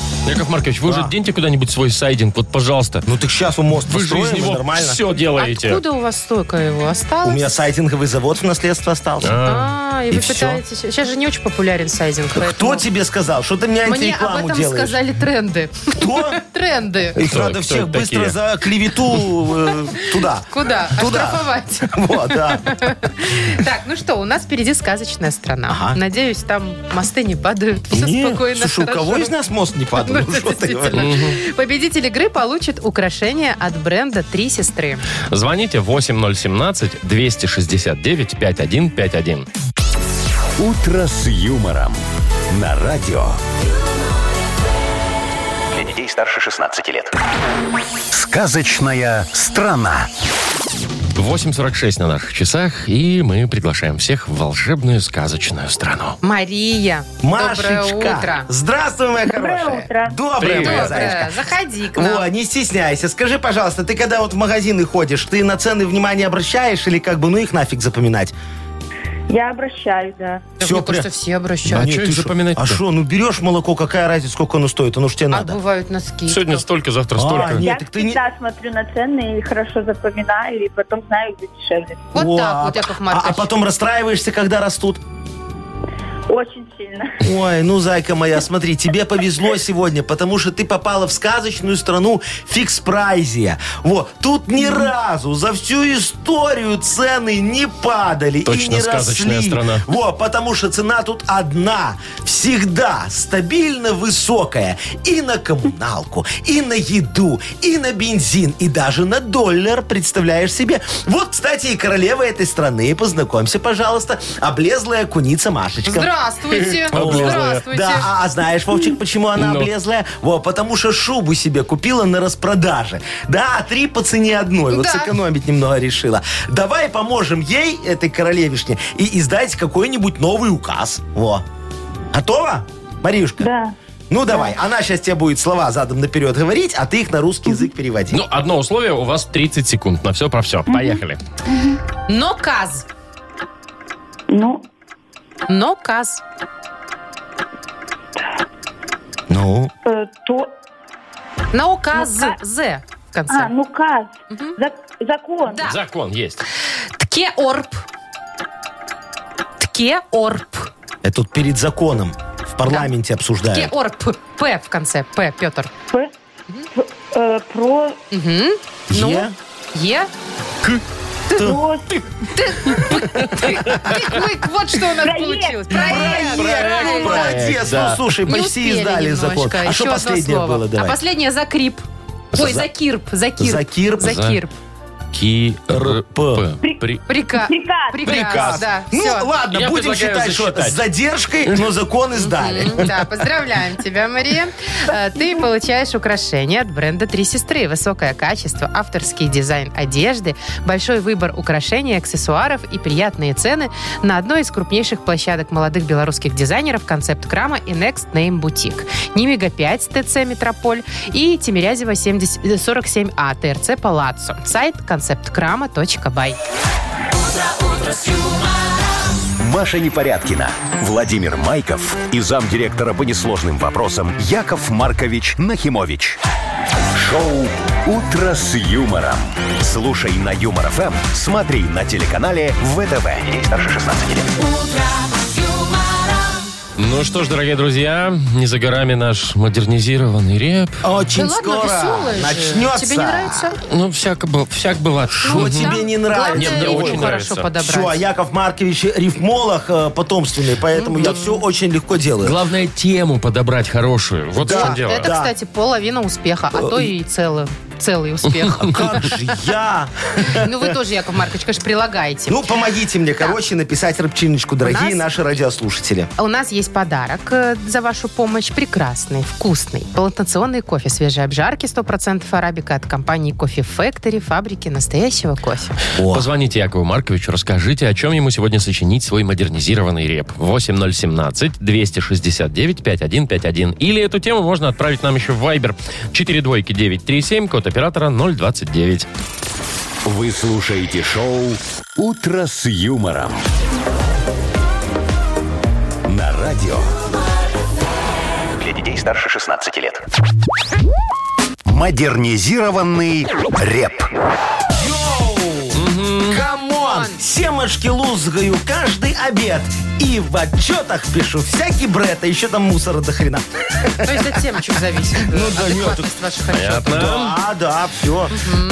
Яков Маркович, вы уже деньте куда-нибудь свой сайдинг, вот, пожалуйста. Ну так сейчас у мост Вы же из построим, и него нормально. все делаете. Откуда у вас столько его осталось? У меня сайдинговый завод в наследство остался. А, и, И вы всё. пытаетесь... Сейчас же не очень популярен сайдинг. Кто поэтому- тебе сказал? Что ты мне Мне об антирекламу этом делаешь? сказали тренды. Кто? Тренды. Их Кто- надо кто всех такие? быстро за клевету э, туда. Куда? Туда. Оштрафовать. Вот, да. Так, ну что, у нас впереди сказочная страна. Ага. Надеюсь, там мосты не падают. Все Не, спокойно, слушай, у хорошо. кого из нас мост не Ну, падал? Ну, это что ты действительно. говоришь? Победитель игры получит украшение от бренда «Три сестры». Звоните 8017-269-5151. «Утро с юмором» на радио. Для детей старше 16 лет. Сказочная страна. 8.46 на наших часах, и мы приглашаем всех в волшебную сказочную страну. Мария, доброе Машечка, утро. здравствуй, моя хорошая. утро. Доброе, Привет. моя Доброе, зайка. заходи к нам. О, не стесняйся. Скажи, пожалуйста, ты когда вот в магазины ходишь, ты на цены внимание обращаешь или как бы, ну их нафиг запоминать? Я обращаюсь, да. Да всё мне кажется, прям. все А обращаются. чё ты их шо? запоминать-то? А что, ну берешь молоко, какая разница, сколько оно стоит, оно ж тебе А надо. бывают носки. Сегодня столько, завтра А, столько. нет, Я так ты не... всегда смотрю на цены и хорошо запоминаю, и потом знаю, где дешевле. Вот О, так а- вот, Яков а, Маркович. а потом расстраиваешься, когда растут. Очень сильно. Ой, ну, зайка моя, смотри, тебе повезло сегодня, потому что ты попала в сказочную страну фикс-прайзия. Вот, тут ни разу за всю историю цены не падали Точно и не сказочная росли. страна. Вот, потому что цена тут одна, всегда стабильно высокая. И на коммуналку, и на еду, и на бензин, и даже на доллар, представляешь себе. Вот, кстати, и королева этой страны, познакомься, пожалуйста, облезлая куница Машечка. Здравствуйте. Облезлая. Здравствуйте. Да, а, а знаешь, Вовчик, почему она Ну. облезлая? Во, потому что шубу себе купила на распродаже. Да, три по цене одной. Вот Да. сэкономить немного решила. Давай поможем ей, этой королевишне, и издать какой-нибудь новый указ. Во. Готова? Маришка? Да. Ну давай, она сейчас тебе будет слова задом наперед говорить, а ты их на русский язык переводи. Ну, одно условие, у вас 30 секунд на все про все. Поехали. Но каз. Ну, Но каз. Ну. э, то... На указ. Ну, ка- З. В конце. А, ну как? Зак- Закон. Да. Закон есть. Тке орп. Тке орп. Это тут перед законом в парламенте Тке обсуждают. орп. П в конце. П. Петр. П- п- э, Про... Мгм. Е? Ну. Е. Ну, про- Тык-мык. Вот что у нас Проект. получилось. Проект. Проект, молодец. да. Ну слушай, Не почти успели издали закон. немножко. А Еще что одно последнее слово. было? Давай. А последнее за крип. За- Ой, за кирп. За кирп. Закирп. За кирп. Ки-р-п. при- При... Приказ. Приказ. Приказ. Да, Ну, всё. ладно, Я будем предлагаю считать, что засчитать. с задержкой, но закон издали. М, Да, поздравляем тебя, Мария. Э, Ты получаешь украшения от бренда «Три сестры». Высокое качество, авторский дизайн одежды, большой выбор украшений, аксессуаров и приятные цены на одной из крупнейших площадок молодых белорусских дизайнеров «Концепт Крама» и «Next Name Boutique». Немига 5 ТЦ «Метрополь» и Тимирязева 70 э, 47А ТРЦ «Палаццо». Сайт концепткрама.бай. Маша Непорядкина, Владимир Майков и замдиректора по несложным вопросам Яков Маркович Нахимович. Шоу «Утро с юмором». Слушай на Юмор ФМ, смотри на телеканале ВТВ. Здесь старше 16 лет. Ну что ж, дорогие друзья, не за горами наш модернизированный реп. Очень Да ладно, скоро веселая же. начнется. Тебе не нравится? Ну, всяк, быв- всяк бывает. Ну, Что Мгм. тебе Главное, не нравится? Нет, мне ритм очень нравится. хорошо подобрать. Все, а Яков Маркович рифмолог э, потомственный, поэтому я все очень легко делаю. Главное тему подобрать хорошую. Вот в Да, чем дело. Это, Да. Э, кстати, половина успеха, а то и целый, целый успех. А Как же я? Ну, вы тоже, Яков Маркович, конечно, прилагаете. Ну, помогите мне, короче, написать рыбчиночку, дорогие нас- наши радиослушатели. У нас есть подарок э, за вашу помощь. Прекрасный, вкусный, плантационный кофе свежей обжарки 100% арабика от компании Кофе Factory, фабрики настоящего кофе. Позвоните Якову Марковичу, расскажите, о чем ему сегодня сочинить свой модернизированный реп. 8017-269-5151. Или эту тему можно отправить нам еще в Viber. 4 двойки 937, код оператора 029. Вы слушаете шоу «Утро с юмором». На радио Для детей старше 16 лет. «Модернизированный реп». Йоу! Камон! Семашки лузгаю каждый обед. И в отчетах пишу всякий бред, а еще там мусора до хрена. То есть от темочек зависит э, Ну да, нет, адекватность ваших отчетов. Понятно. Да, да, все.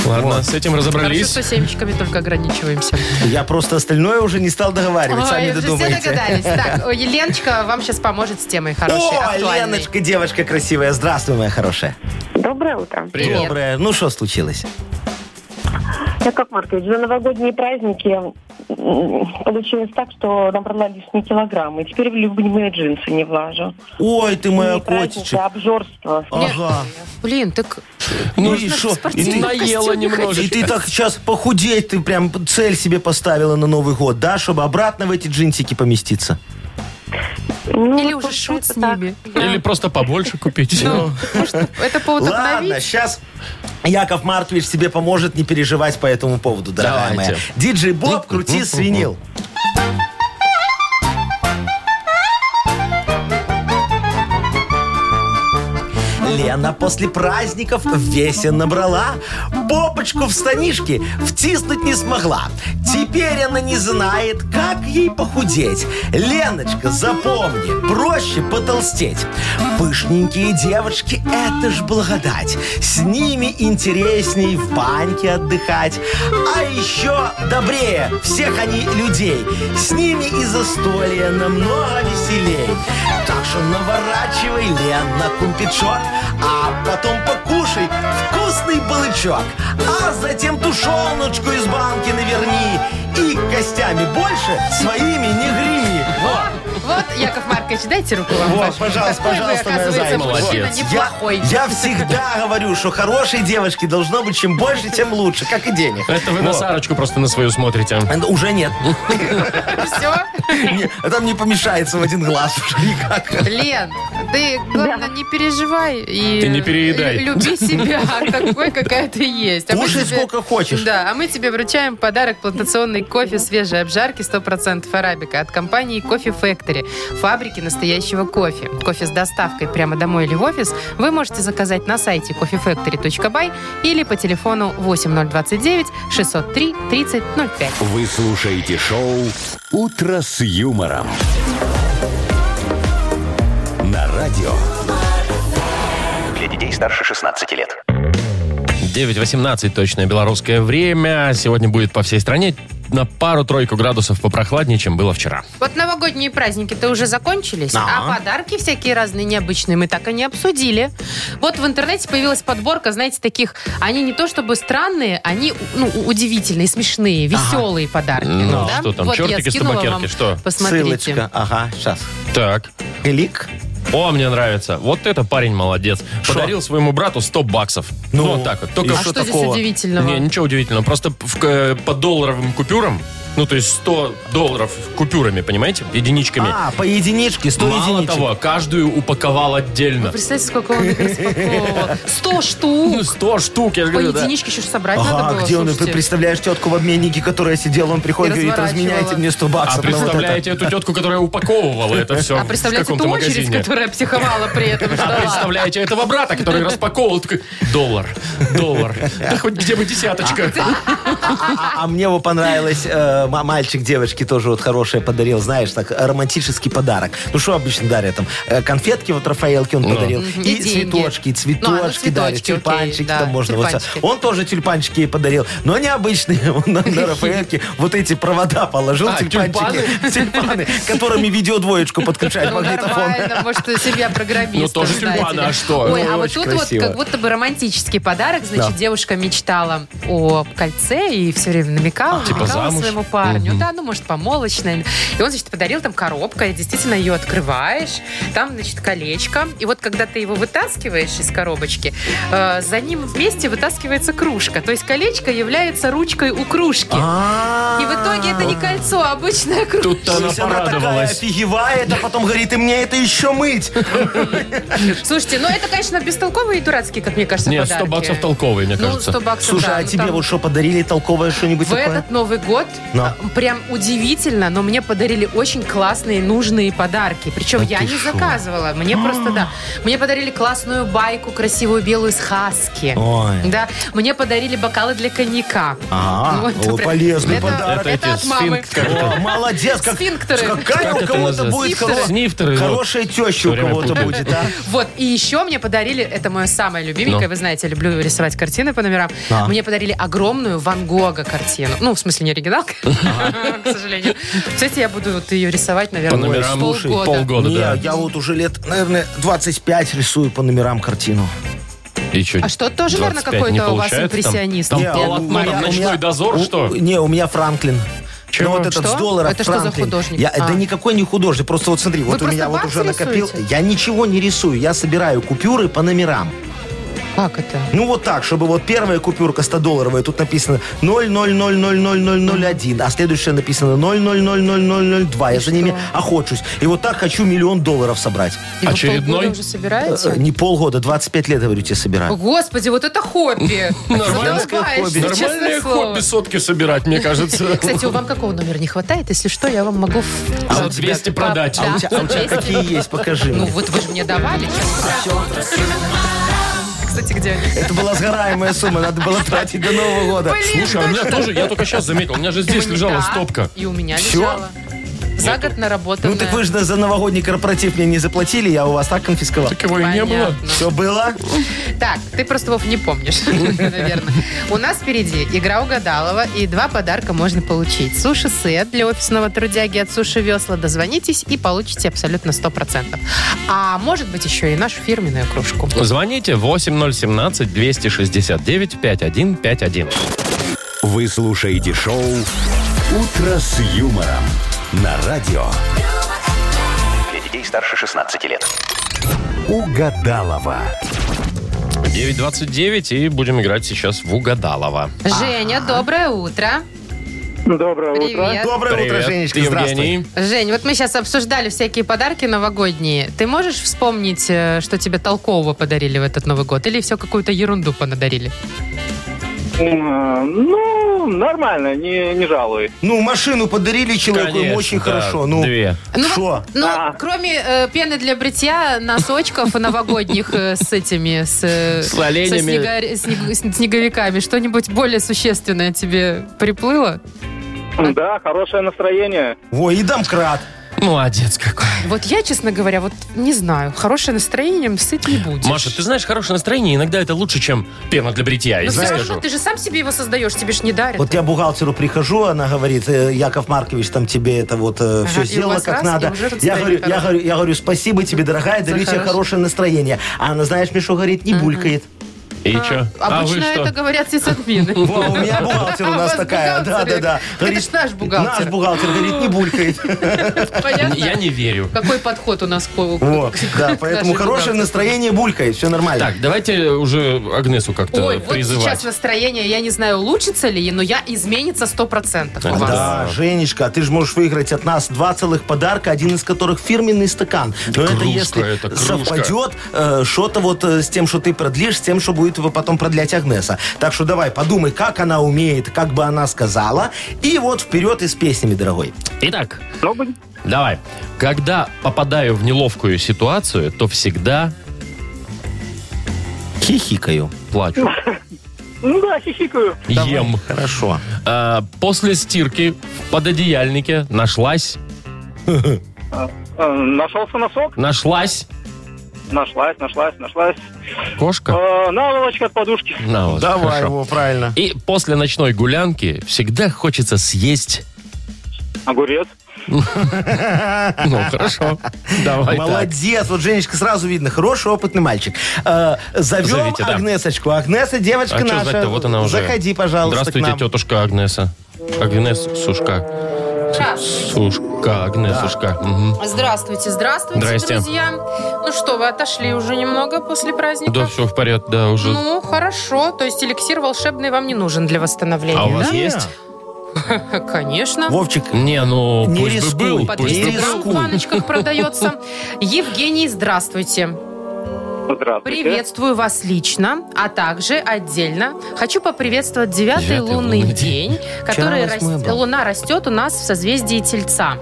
Ладно, с этим Хорошо, разобрались. что семечками только ограничиваемся. Я просто остальное уже не стал договаривать, сами Ой, уже все додумайте. догадались. Так, о, Еленочка вам сейчас поможет с темой хорошей, О, актуальной. Леночка, девочка красивая. Здравствуй, моя хорошая. Доброе утро. Привет. Доброе. Ну, что случилось? Яков Маркович, за новогодние праздники м, получилось так, что набрала лишний килограмм. И теперь в любимые джинсы не влажу. Ой, ты моя Не праздники, котичек. а обжорство. Ага. Блин, так Ну и и что? И И ты- наела немножечко. И ты так сейчас похудеть, ты прям цель себе поставила на Новый год, да, чтобы обратно в эти джинсики поместиться. Ну, Или вот уже тут шут с так. ними. Или просто побольше купить. Это повод обновить. Ладно, сейчас Яков Маркович тебе поможет не переживать по этому поводу, дорогая Давайте. моя. Диджей Боб, крути свинил. Лена после праздников в весе набрала, бобочку в станишке втиснуть не смогла. Теперь она не знает, как ей похудеть. Леночка, запомни, проще потолстеть. Пышненькие девочки – это ж благодать. С ними интересней в баньке отдыхать. А еще добрее всех они людей. С ними и застолье намного веселей. Так что наворачивай, Лена, кумпичок, а потом покушай вкусный балычок, а затем тушеночку из банки наверни и костями больше своими не греми. Вот, Яков Маркович, дайте руку вам. Вот, вашу. пожалуйста, Какой вы, пожалуйста, моя оказывается, зайка. мужчина Молодец. неплохой. Я, я всегда говорю, что хорошей девочки должно быть чем больше, тем лучше, как и денег. Это вы на Сарочку просто на свою смотрите. Э, Уже нет. Все? Не, а Там не помешается в один глаз уже никак. Лен, ты, главное, не переживай. И Ты не переедай. лю- Люби себя такой, какая ты есть. А мы Кушай тебе- сколько хочешь. Да, а мы тебе вручаем подарок плантационный кофе свежей обжарки 100% арабика от компании Кофе Factory, фабрики настоящего кофе. Кофе с доставкой прямо домой или в офис вы можете заказать на сайте coffeefactory.by или по телефону 8029 603 3005. Вы слушаете шоу «Утро с юмором». На радио Для детей старше 16 лет. 9.18 точное белорусское время. Сегодня будет по всей стране на пару-тройку градусов попрохладнее, чем было вчера. Вот новогодние праздники-то уже закончились, Да. а подарки всякие разные необычные мы так и не обсудили. Вот в интернете появилась подборка, знаете, таких, они не то чтобы странные, они ну, у- удивительные, смешные, веселые подарки. Ну, да? что там, вот я чертики с скинула табакерки, вам. что? Посмотрите. Ссылочка. Ага, сейчас. Так. Клик. О, мне нравится. Вот это парень молодец. Подарил своему брату 100 баксов. Ну, Ну, вот так вот. Только и А что что здесь такого? удивительного? Не, ничего удивительного. Просто в, э, по долларовым купюрам, ну, то есть 100 долларов купюрами, понимаете, единичками. А, по единичке, 100 Мало единичек. того, каждую упаковал отдельно. Представьте, сколько он их распаковывал. 100 штук. Ну, 100 штук, я же По говорю, да. единичке еще ж собрать надо Ага, было. где он? Ты слушайте. представляешь тетку в обменнике, которая сидела, он приходит И и говорит, разворачивала. разменяйте мне 100 А баксов. на вот это». представляете эту тетку, которая упаковывала это все А в представляете каком-то ту очередь, магазине? которая психовала при этом. А ждала? представляете этого брата, который распаковывал такой, доллар, доллар, да хоть где бы десяточка. Ну, А, а мне его понравилось, э, м- мальчик девочки тоже вот хорошее подарил, знаешь, так, романтический подарок. Ну, что обычно дарят там? Э, Конфетки вот Рафаэлки Ну. он подарил. Мгм. И И, деньги. цветочки, и Ну, а, ну, цветочки цветочки, дарят, окей, тюльпанчики да, там можно. вот тюльпанчики. всё. он тоже тюльпанчики ей подарил, но необычные. Он на, на Рафаэлке вот эти провода положил, А, тюльпанчики, тюльпаны, которыми видеодвоечку подключают Ну, магнитофон. нормально, может, себя программист. Ну, тоже создатель. тюльпаны, а что? Ой, Ну, а вот очень тут красиво. вот как будто бы романтический подарок. Значит, Да. девушка мечтала о кольце и все время намекала, Типа намекала замуж? своему парню. Да, ну, может, помолочное. И он, значит, подарил там коробку, и действительно ее открываешь. Там, значит, колечко. И вот, когда ты его вытаскиваешь из коробочки, э, за ним вместе вытаскивается кружка. То есть колечко является ручкой у кружки. И в итоге это не кольцо, а обычная кружка. А. Тут она Она, она такая порадовалась. офигевает, а потом говорит, и мне это еще мыть. Слушайте, ну это, конечно, бестолковые и дурацкие, как мне кажется, Нет, 100 подарки. баксов толковые, мне Ну, кажется. 100 баксов, Слушай, да, а ну, тебе там вот что, подарили толковое что-нибудь В такое? этот Новый год Да. э, прям удивительно, но мне подарили очень классные, нужные подарки. Причем я ты не шо? заказывала. Мне просто, да. Мне подарили классную байку, красивую белую с хаски. Ой. Да, мне подарили бокалы для коньяка. Ага, Ну, это о, прям- полезный это- подарок. Это, эти от мамы. сфинк- как О, это? молодец, как, Сфинктеры. какая Как у это кого-то называется? будет хоро- Снифтеры, вот. хорошая теща у Всё время кого-то путаю. будет, а? Вот, и еще мне подарили, это мое самое любименькое, Ну. вы знаете, я люблю рисовать картины по номерам. Да. Мне подарили огромную Ван Гога картину. Ну, в смысле, не оригинал, к сожалению. Кстати, я буду вот ее рисовать, По наверное, номерам полгода. полгода, Не, да. я вот уже лет, наверное, 25 рисую по номерам картину. И чё, А что, тоже, наверное, 25 какой-то не у вас получается там? А импрессионист? Там Не, полотно, у меня- там у ночной меня- дозор, у- что? Не, у меня Франклин. Чего? Ну вот этот Что? с долларов Это что за Франклин. художник? Я, А. Да никакой не художник. Просто вот смотри, вот у просто меня вот бац уже и накопил. рисуете? Я ничего не рисую. Я собираю купюры по номерам. Как это? Ну вот так, чтобы вот первая купюрка 100-долларовая, тут написано 0000001, а следующая написано 0000002. Я за ними охочусь. И вот так хочу миллион долларов собрать. И вы Очередной? полгода уже Э, собираете? Не полгода, 25 лет, говорю, тебе О, собираю. Господи, вот это хобби. Нормальное Задолбаешься, хобби. честное Нормальное слово. хобби сотки собирать, мне кажется. Кстати, у вам какого номера не хватает? Если что, я вам могу... в- за 200 А продать. Да, А у тебя, а у тебя 200. какие есть, покажи Ну мне. вот вы же мне давали. Кстати, где они? Это была сгораемая сумма, надо было тратить до Нового года. Слушай, а у меня тоже, я только сейчас заметил, у меня же здесь лежала Да, стопка. И у меня Всё? лежала. За год наработанная. Ну так вы же за новогодний корпоратив мне не заплатили, я у вас так конфисковал. Так его и не было. Понятно. Все было? Так, ты просто, Вов, не помнишь, наверное. У нас впереди игра угадалова, и два подарка можно получить. Суши-сет для офисного трудяги от Суши Весла. Дозвонитесь и получите абсолютно 100%. А может быть, еще и нашу фирменную кружку. Звоните 8017-269-5151. Вы слушаете шоу «Утро с юмором» на радио Для детей старше 16 лет. «Угадалова». 9.29, и будем играть сейчас в Угадалова. Женя, доброе утро. Доброе Привет. А. Доброе утро, Женечка, здравствуй. Евгений. Жень, вот мы сейчас обсуждали всякие подарки новогодние. Ты можешь вспомнить, э, что тебе толкового подарили в этот Новый год? Или все какую-то ерунду понадарили? Ну, нормально, не, не жалуюсь. Ну, машину подарили человеку, ему Конечно, очень да, хорошо. Ну, Две. Ну, Шо? Ну, Да. кроме э, пены для бритья, носочков новогодних э, с этими, с, э, С со оленями. снега- снег- с- снеговиками, что-нибудь более существенное тебе приплыло? Да, хорошее настроение. Ой, и домкрат. Молодец какой. Вот я, честно говоря, вот не знаю, хорошее настроение сыт не будешь. Маша, ты знаешь, хорошее настроение иногда это лучше, чем пена для бритья, Но если все скажу. равно ты же сам себе его создаешь, тебе ж не дарят. Вот я бухгалтеру прихожу, она говорит, «Э, Яков Маркович, там тебе это вот и у все сделала вас раз, как и надо. уже Я говорю, я расстояние говорю, я говорю, спасибо тебе, дорогая, дарю тебе хорошее. хорошее настроение. А она, знаешь, мне что говорит, не булькает. И что? А вы Обычно что? это говорят все админы. Во, у меня А, бухгалтер у у нас вас такая, да, бухгалтер, да, да. это ж наш бухгалтер. Наш бухгалтер говорит, не булькает. Понятно? Я не верю. Какой подход у нас к, к- Вот, к- да, к поэтому нашей хорошее бухгалтерии. настроение булькает, все нормально. Так, давайте уже Агнесу как-то Ой, вот э, призывать. сейчас настроение, я не знаю, улучшится ли, но я изменится 100% у вас. Да, Женечка, ты же можешь выиграть от нас два целых подарка, один из которых фирменный стакан. Но это кружка, если это кружка. совпадет э, что-то вот э, с тем, что ты продлишь, с тем, что будет его потом продлять Агнеса. Так что давай, подумай, как она умеет, как бы она сказала. И вот вперед и с песнями, дорогой. Итак, давай. Когда попадаю в неловкую ситуацию, то всегда Хихикаю. плачу. Ну да, хихикаю. Ем. Хорошо. А, после стирки в пододеяльнике нашлась, Э, Нашелся носок? нашлась Нашлась, нашлась, нашлась. кошка. Э, Наволочка от подушки. На, вот, А, Давай хорошо. его, правильно. И после ночной гулянки всегда хочется съесть. Огурец. Ну, хорошо. Давай так. Молодец. Вот Женечка сразу видно. Хороший, опытный мальчик. Э, зовем Зовите, да. Агнесочку. Агнеса, девочка А что наша. звать-то? Вот она уже. Заходи, пожалуйста, Здравствуйте, к нам. тетушка Агнеса. Агнес Сушка. Сушка, Агнесушка. Мгм. Здравствуйте, здравствуйте, Здрасте. друзья. Ну что, вы отошли уже немного после праздника? Да, все в порядке, да, уже. Ну, хорошо. То есть эликсир волшебный вам не нужен для восстановления, А у вас да? есть? Конечно. А, Вовчик, Не, ну, Не пусть бы рискуй, был. По пусть бы 200 Не грамм в рискуй. баночках продается. Евгений, здравствуйте. Здравствуйте. Приветствую вас лично, а также отдельно хочу поприветствовать девятый Девятый лунный лунный день, который рас- луна растет у нас в созвездии Тельца.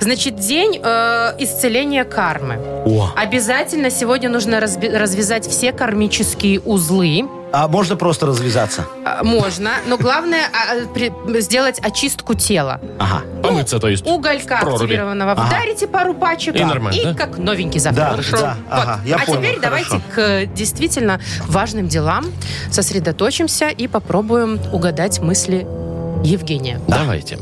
Значит, день э, исцеления кармы. О. Обязательно сегодня нужно разби- развязать все кармические узлы. А можно просто развязаться? Э, Можно, но главное а, э, при- сделать очистку тела. Ага. Помыться, то есть. Уголька Проруби. активированного Ага. вдарите пару пачек И нормально, да? как новенький завтра. Да, Хорошо. да, ага, я а понял, теперь хорошо. давайте к э, действительно важным делам сосредоточимся и попробуем угадать мысли Евгения. Давайте.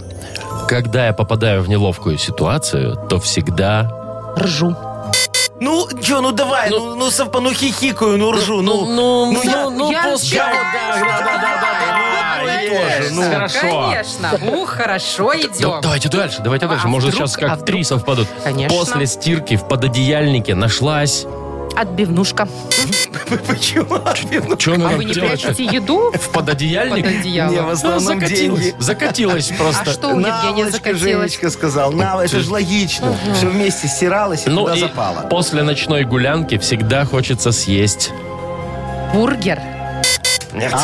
Когда я попадаю в неловкую ситуацию, то всегда... Ржу. типа- Ну, чё, ну давай, ну, ну, совпа- ну хихикаю, ну ржу, ну. ну, я- я пускай, считаю, да, что да, да, да, да, да, да, я да, тоже, ну. Хорошо. Конечно. Ну, хорошо, Да, идем. давайте дальше, давайте А дальше. Может, вдруг- сейчас а как вдруг? три совпадут. Конечно. После стирки в пододеяльнике нашлась... Отбивнушка. Почему? Че она А там вы не делает-то? прячете еду В пододеяльник? под одеяло? Не, в основном деньги. Закатилась просто. А что у Евгения Наволочка, закатилось? Женечка сказал. Нав, это же логично. Все вместе стиралось и Ну туда и запало. после ночной гулянки всегда хочется съесть. Бургер.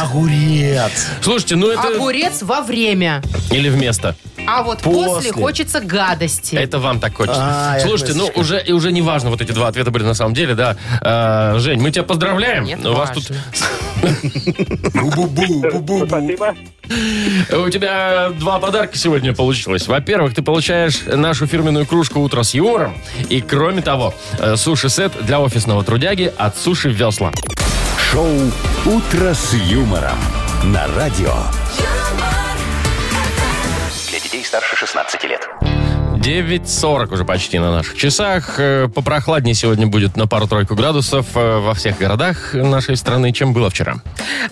Огурец. Слушайте, ну А это... Огурец во время. Или вместо. А вот после, После. хочется гадости. Это вам так хочется. А, я Слушайте, ну классичка. уже, и уже не важно, вот эти два ответа были на самом деле, да. Э, Жень, мы тебя поздравляем. Нет, у вас важно. тут... Спасибо. У тебя два подарка сегодня получилось. Во-первых, ты получаешь нашу фирменную кружку «Утро с юмором». И кроме того, э, суши-сет для офисного трудяги от «Суши Весла». Шоу «Утро с юмором» на радио. Для детей старше 16 лет. 9.40 уже почти на наших часах. Э, Попрохладнее сегодня будет на пару-тройку градусов э, во всех городах нашей страны, чем было вчера.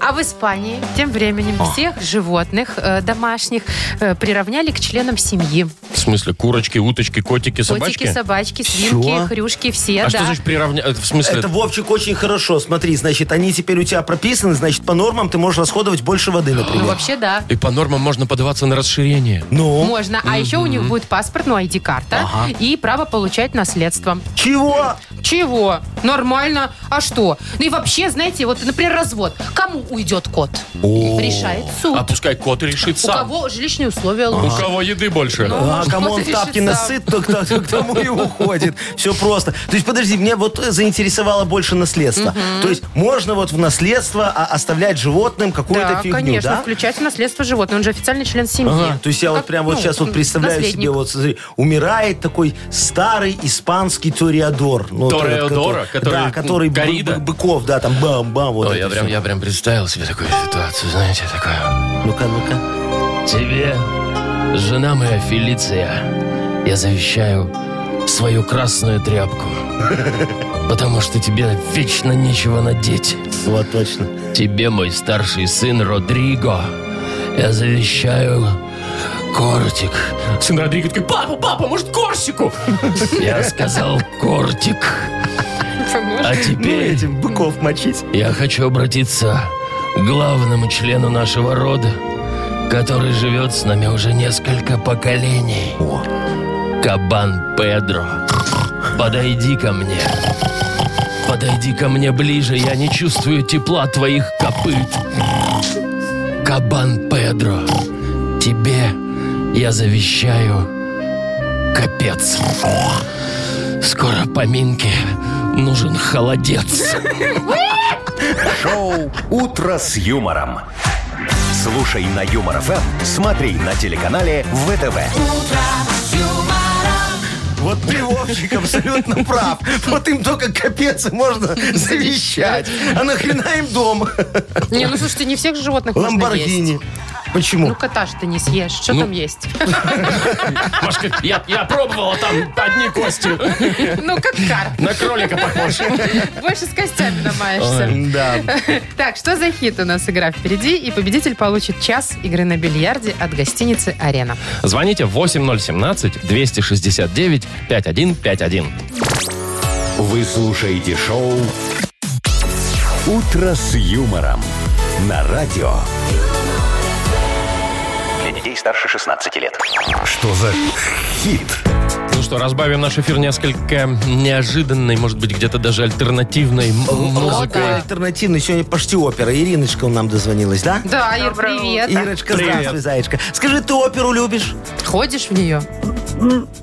А в Испании тем А. временем всех животных э, домашних э, приравняли к членам семьи. В смысле, курочки, уточки, котики, собачки? Котики, собачки, свинки, Чё? хрюшки, все, а да. что значит приравня... э, В смысле, Это, Вовчик, очень хорошо. Смотри, значит, они теперь у тебя прописаны, значит, по нормам ты можешь расходовать больше воды, Ну, например. вообще, да. и по нормам можно подаваться на расширение. Ну, Можно. А еще у них будет паспорт, ну, ID-карта и право получать наследство. чего? Чего? Нормально. А что? Ну и вообще, знаете, вот, например, развод. Кому уйдет кот? Решает суд. А пускай кот решит У сам. кого жилищные условия лучше. У кого еды больше? Ну. А Что кому он ты в тапки решишь насыт, то кто- то к тому и уходит. Все просто. То есть, подожди, мне вот э, заинтересовало больше наследство. То есть, можно вот в наследство а, оставлять животным какую-то Да, фигню, конечно, да? включать в наследство животное. Он же официальный член семьи. Ага, то есть я Как, вот прям вот ну, сейчас вот представляю наследник. себе, вот смотри, умирает такой старый испанский тореадор. Ну, вот этот, Тореадора, который- Да, который бы- корида. бы- быков, да, там бам-бам. Вот Ой, это я прям, всё. я прям представил себе такую ситуацию, знаете, такую. Ну-ка, ну-ка. Тебе, жена моя Фелиция, я завещаю свою красную тряпку. Потому что тебе вечно нечего надеть. Вот точно. Тебе, мой старший сын Родриго, я завещаю кортик. Сын Родриго такой, папа, папа, может, корсику? Я сказал кортик. А теперь... Этим быков мочить. Я хочу обратиться к главному члену нашего рода, который живет с нами уже несколько поколений. Кабан Педро, подойди ко мне. Подойди ко мне ближе, я не чувствую тепла твоих копыт. Кабан Педро, тебе я завещаю капец. Скоро поминки, нужен холодец. Шоу «Утро с юмором». Слушай на Юмор ФМ, смотри на телеканале ВТВ. Вот ты, Вовчик, абсолютно прав. Вот им только капец и можно завещать. А нахрена им дом? Не, ну слушайте, не всех животных можно есть. Ламборгини. Ну. Почему? Ну, кота ж ты не съешь. Что там есть? Машка, я, я пробовала там одни кости. Ну, как карп. На кролика похож. Больше с костями намаешься. Да. Так, что за хит у нас игра впереди? И победитель получит час игры на бильярде от гостиницы «Арена». Звоните 8017-269-5151. Вы слушаете шоу «Утро с юмором» на радио. Для детей старше 16 лет. Что за хит? Ну что, разбавим наш эфир несколько неожиданной, может быть, где-то даже альтернативной м- Музыка музыкой. альтернативная. Сегодня почти опера. Ириночка нам дозвонилась, да? Да, Ир, привет. Ирочка, здравствуй, зайчка. Скажи, ты оперу любишь? Ходишь в нее?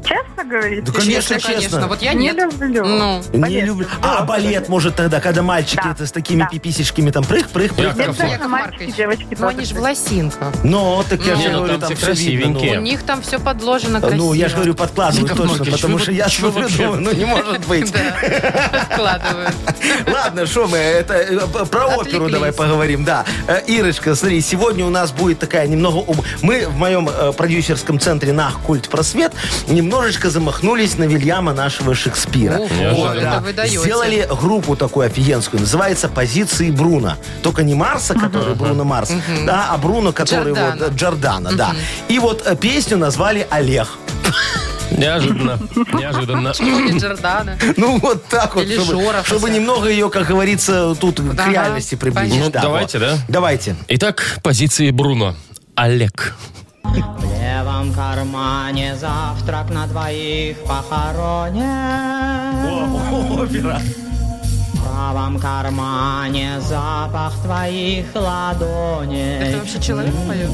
Честно говорить? конечно, Вот я Не нет. люблю. Ну, Не Балет. люблю. А, балет, может, тогда, когда мальчики Да. это с такими Да. пиписечками там Яков прыг-прыг-прыг. Нет, Маркович. конечно, мальчики, девочки ну тоже. они же в лосинках. Но, так я Не, же ну говорю, там там все все видно. красивенькие. ну. У них там все подложено красиво. Ну, я же говорю, подкладывают Яков точно, Маркович, потому вы что я вообще- смотрю, думаю, ну не может быть. Да, подкладывают. Ладно, что мы, это э, п- про оперу Отвлеклись. давай поговорим, да. Э, Ирочка, смотри, сегодня у нас будет такая немного... ум- Мы в моем э, продюсерском центре «Нах! Культ Просвет» немножечко замахнулись на Вильяма нашего Шекспира. Ух, неожиданно. да. это вы даете. Сделали группу такую офигенскую, называется «Позиции Бруно». Только не Марса, который Бруно Марс, да, а Бруно, который Джордана. вот... э, Джордана, да. И вот э, песню назвали «Олег». Неожиданно. Неожиданно. Или Джордана. Ну, вот так вот, Или чтобы, Жоров. чтобы немного ее, как говорится, тут к Ага, реальности приблизить. понятно. Ну, давайте, да? Давайте. Итак, позиции Бруно. Олег. В левом кармане завтрак на двоих похоронен. В правом кармане запах твоих ладоней. Это вообще человек поет?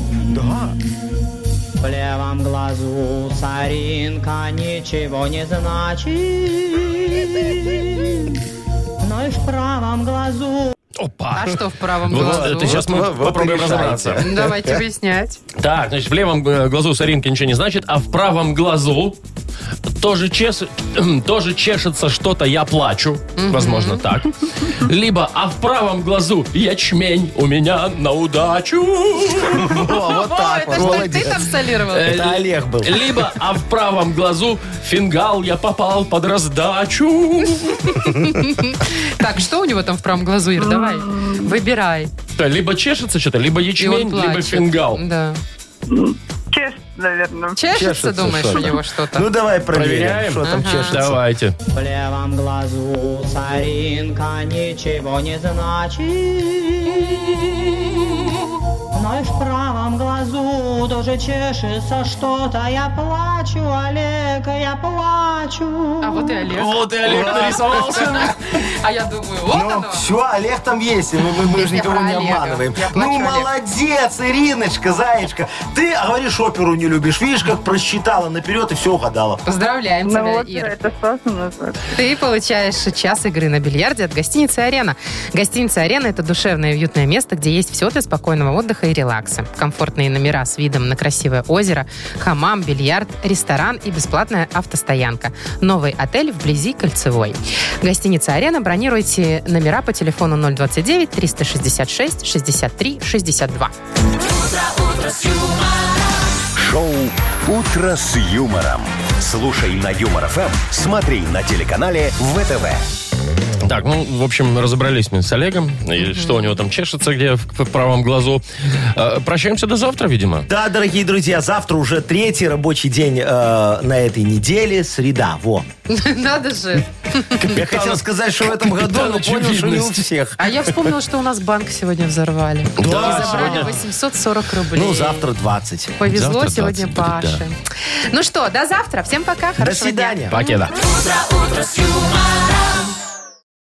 В левом глазу царинка ничего не значит. Но и в правом глазу Опа. А что в правом Вот, глазу? это сейчас мы Вот вы- вы попробуем решаете. разобраться. Давайте выяснять. Так, значит, в левом э, глазу соринка ничего не значит, а в правом глазу тоже, чес- тоже чешется что-то «я плачу». Возможно, так. Либо «а в правом глазу ячмень у меня на удачу». Во, вот так это вот, что, ты молодец. там солировал? Э, Это Олег был. Либо «а в правом глазу фингал я попал под раздачу». Так, что у него там в правом глазу, Ир? Давай, выбирай. Да, Либо чешется что-то, либо И он ячмень, либо плачет. фингал. Да. Честно, наверное. Чешется, Чешется, думаешь, что у ли? него что-то? Ну, давай проверим, Проверяем? что там чешется. Давайте. В левом глазу соринка ничего не значит, но и в правом глазу уже чешется что-то, я плачу, Олег, я плачу. А вот и Олег. Вот и Олег нарисовался. А я думаю, вот Ну, оно. все, Олег там есть, и мы, мы- мы же Песня никого про не Олега. обманываем. Я плачу, Ну, Олег. молодец, Ириночка, заячка. Ты, а говоришь, оперу не любишь. Видишь, как просчитала наперед и все угадала. Поздравляем Ну, тебя, вот Ир. это сложно назвать. Ты получаешь час игры на бильярде от гостиницы «Арена». Гостиница «Арена» — это душевное и уютное место, где есть все для спокойного отдыха и релакса. Комфортные номера с видом на красивое озеро, хамам, бильярд, ресторан и бесплатная автостоянка. Новый отель вблизи Кольцевой. Гостиница «Арена» бронируйте номера по телефону 029 366 63 62. Шоу «Утро с юмором». Слушай на Юмор ФМ, смотри на телеканале ВТВ. Так, ну, в общем, разобрались мы с Олегом, и что у него там чешется, где в, в правом глазу. Э, прощаемся до завтра, видимо. Да, дорогие друзья, завтра уже третий рабочий день э, на этой неделе, среда. Во. Надо же. Я хотел сказать, что в этом году, но Капитан понял, что не у очевидность. всех. А я вспомнила, что у нас банк сегодня взорвали. Да, И забрали сегодня. 840 рублей. Ну, завтра 20. Повезло Завтра 20 сегодня будет, Паше. да. Ну что, до завтра. Всем пока. До Хорошего дня. свидания. Покеда. Утро, утро с юмором.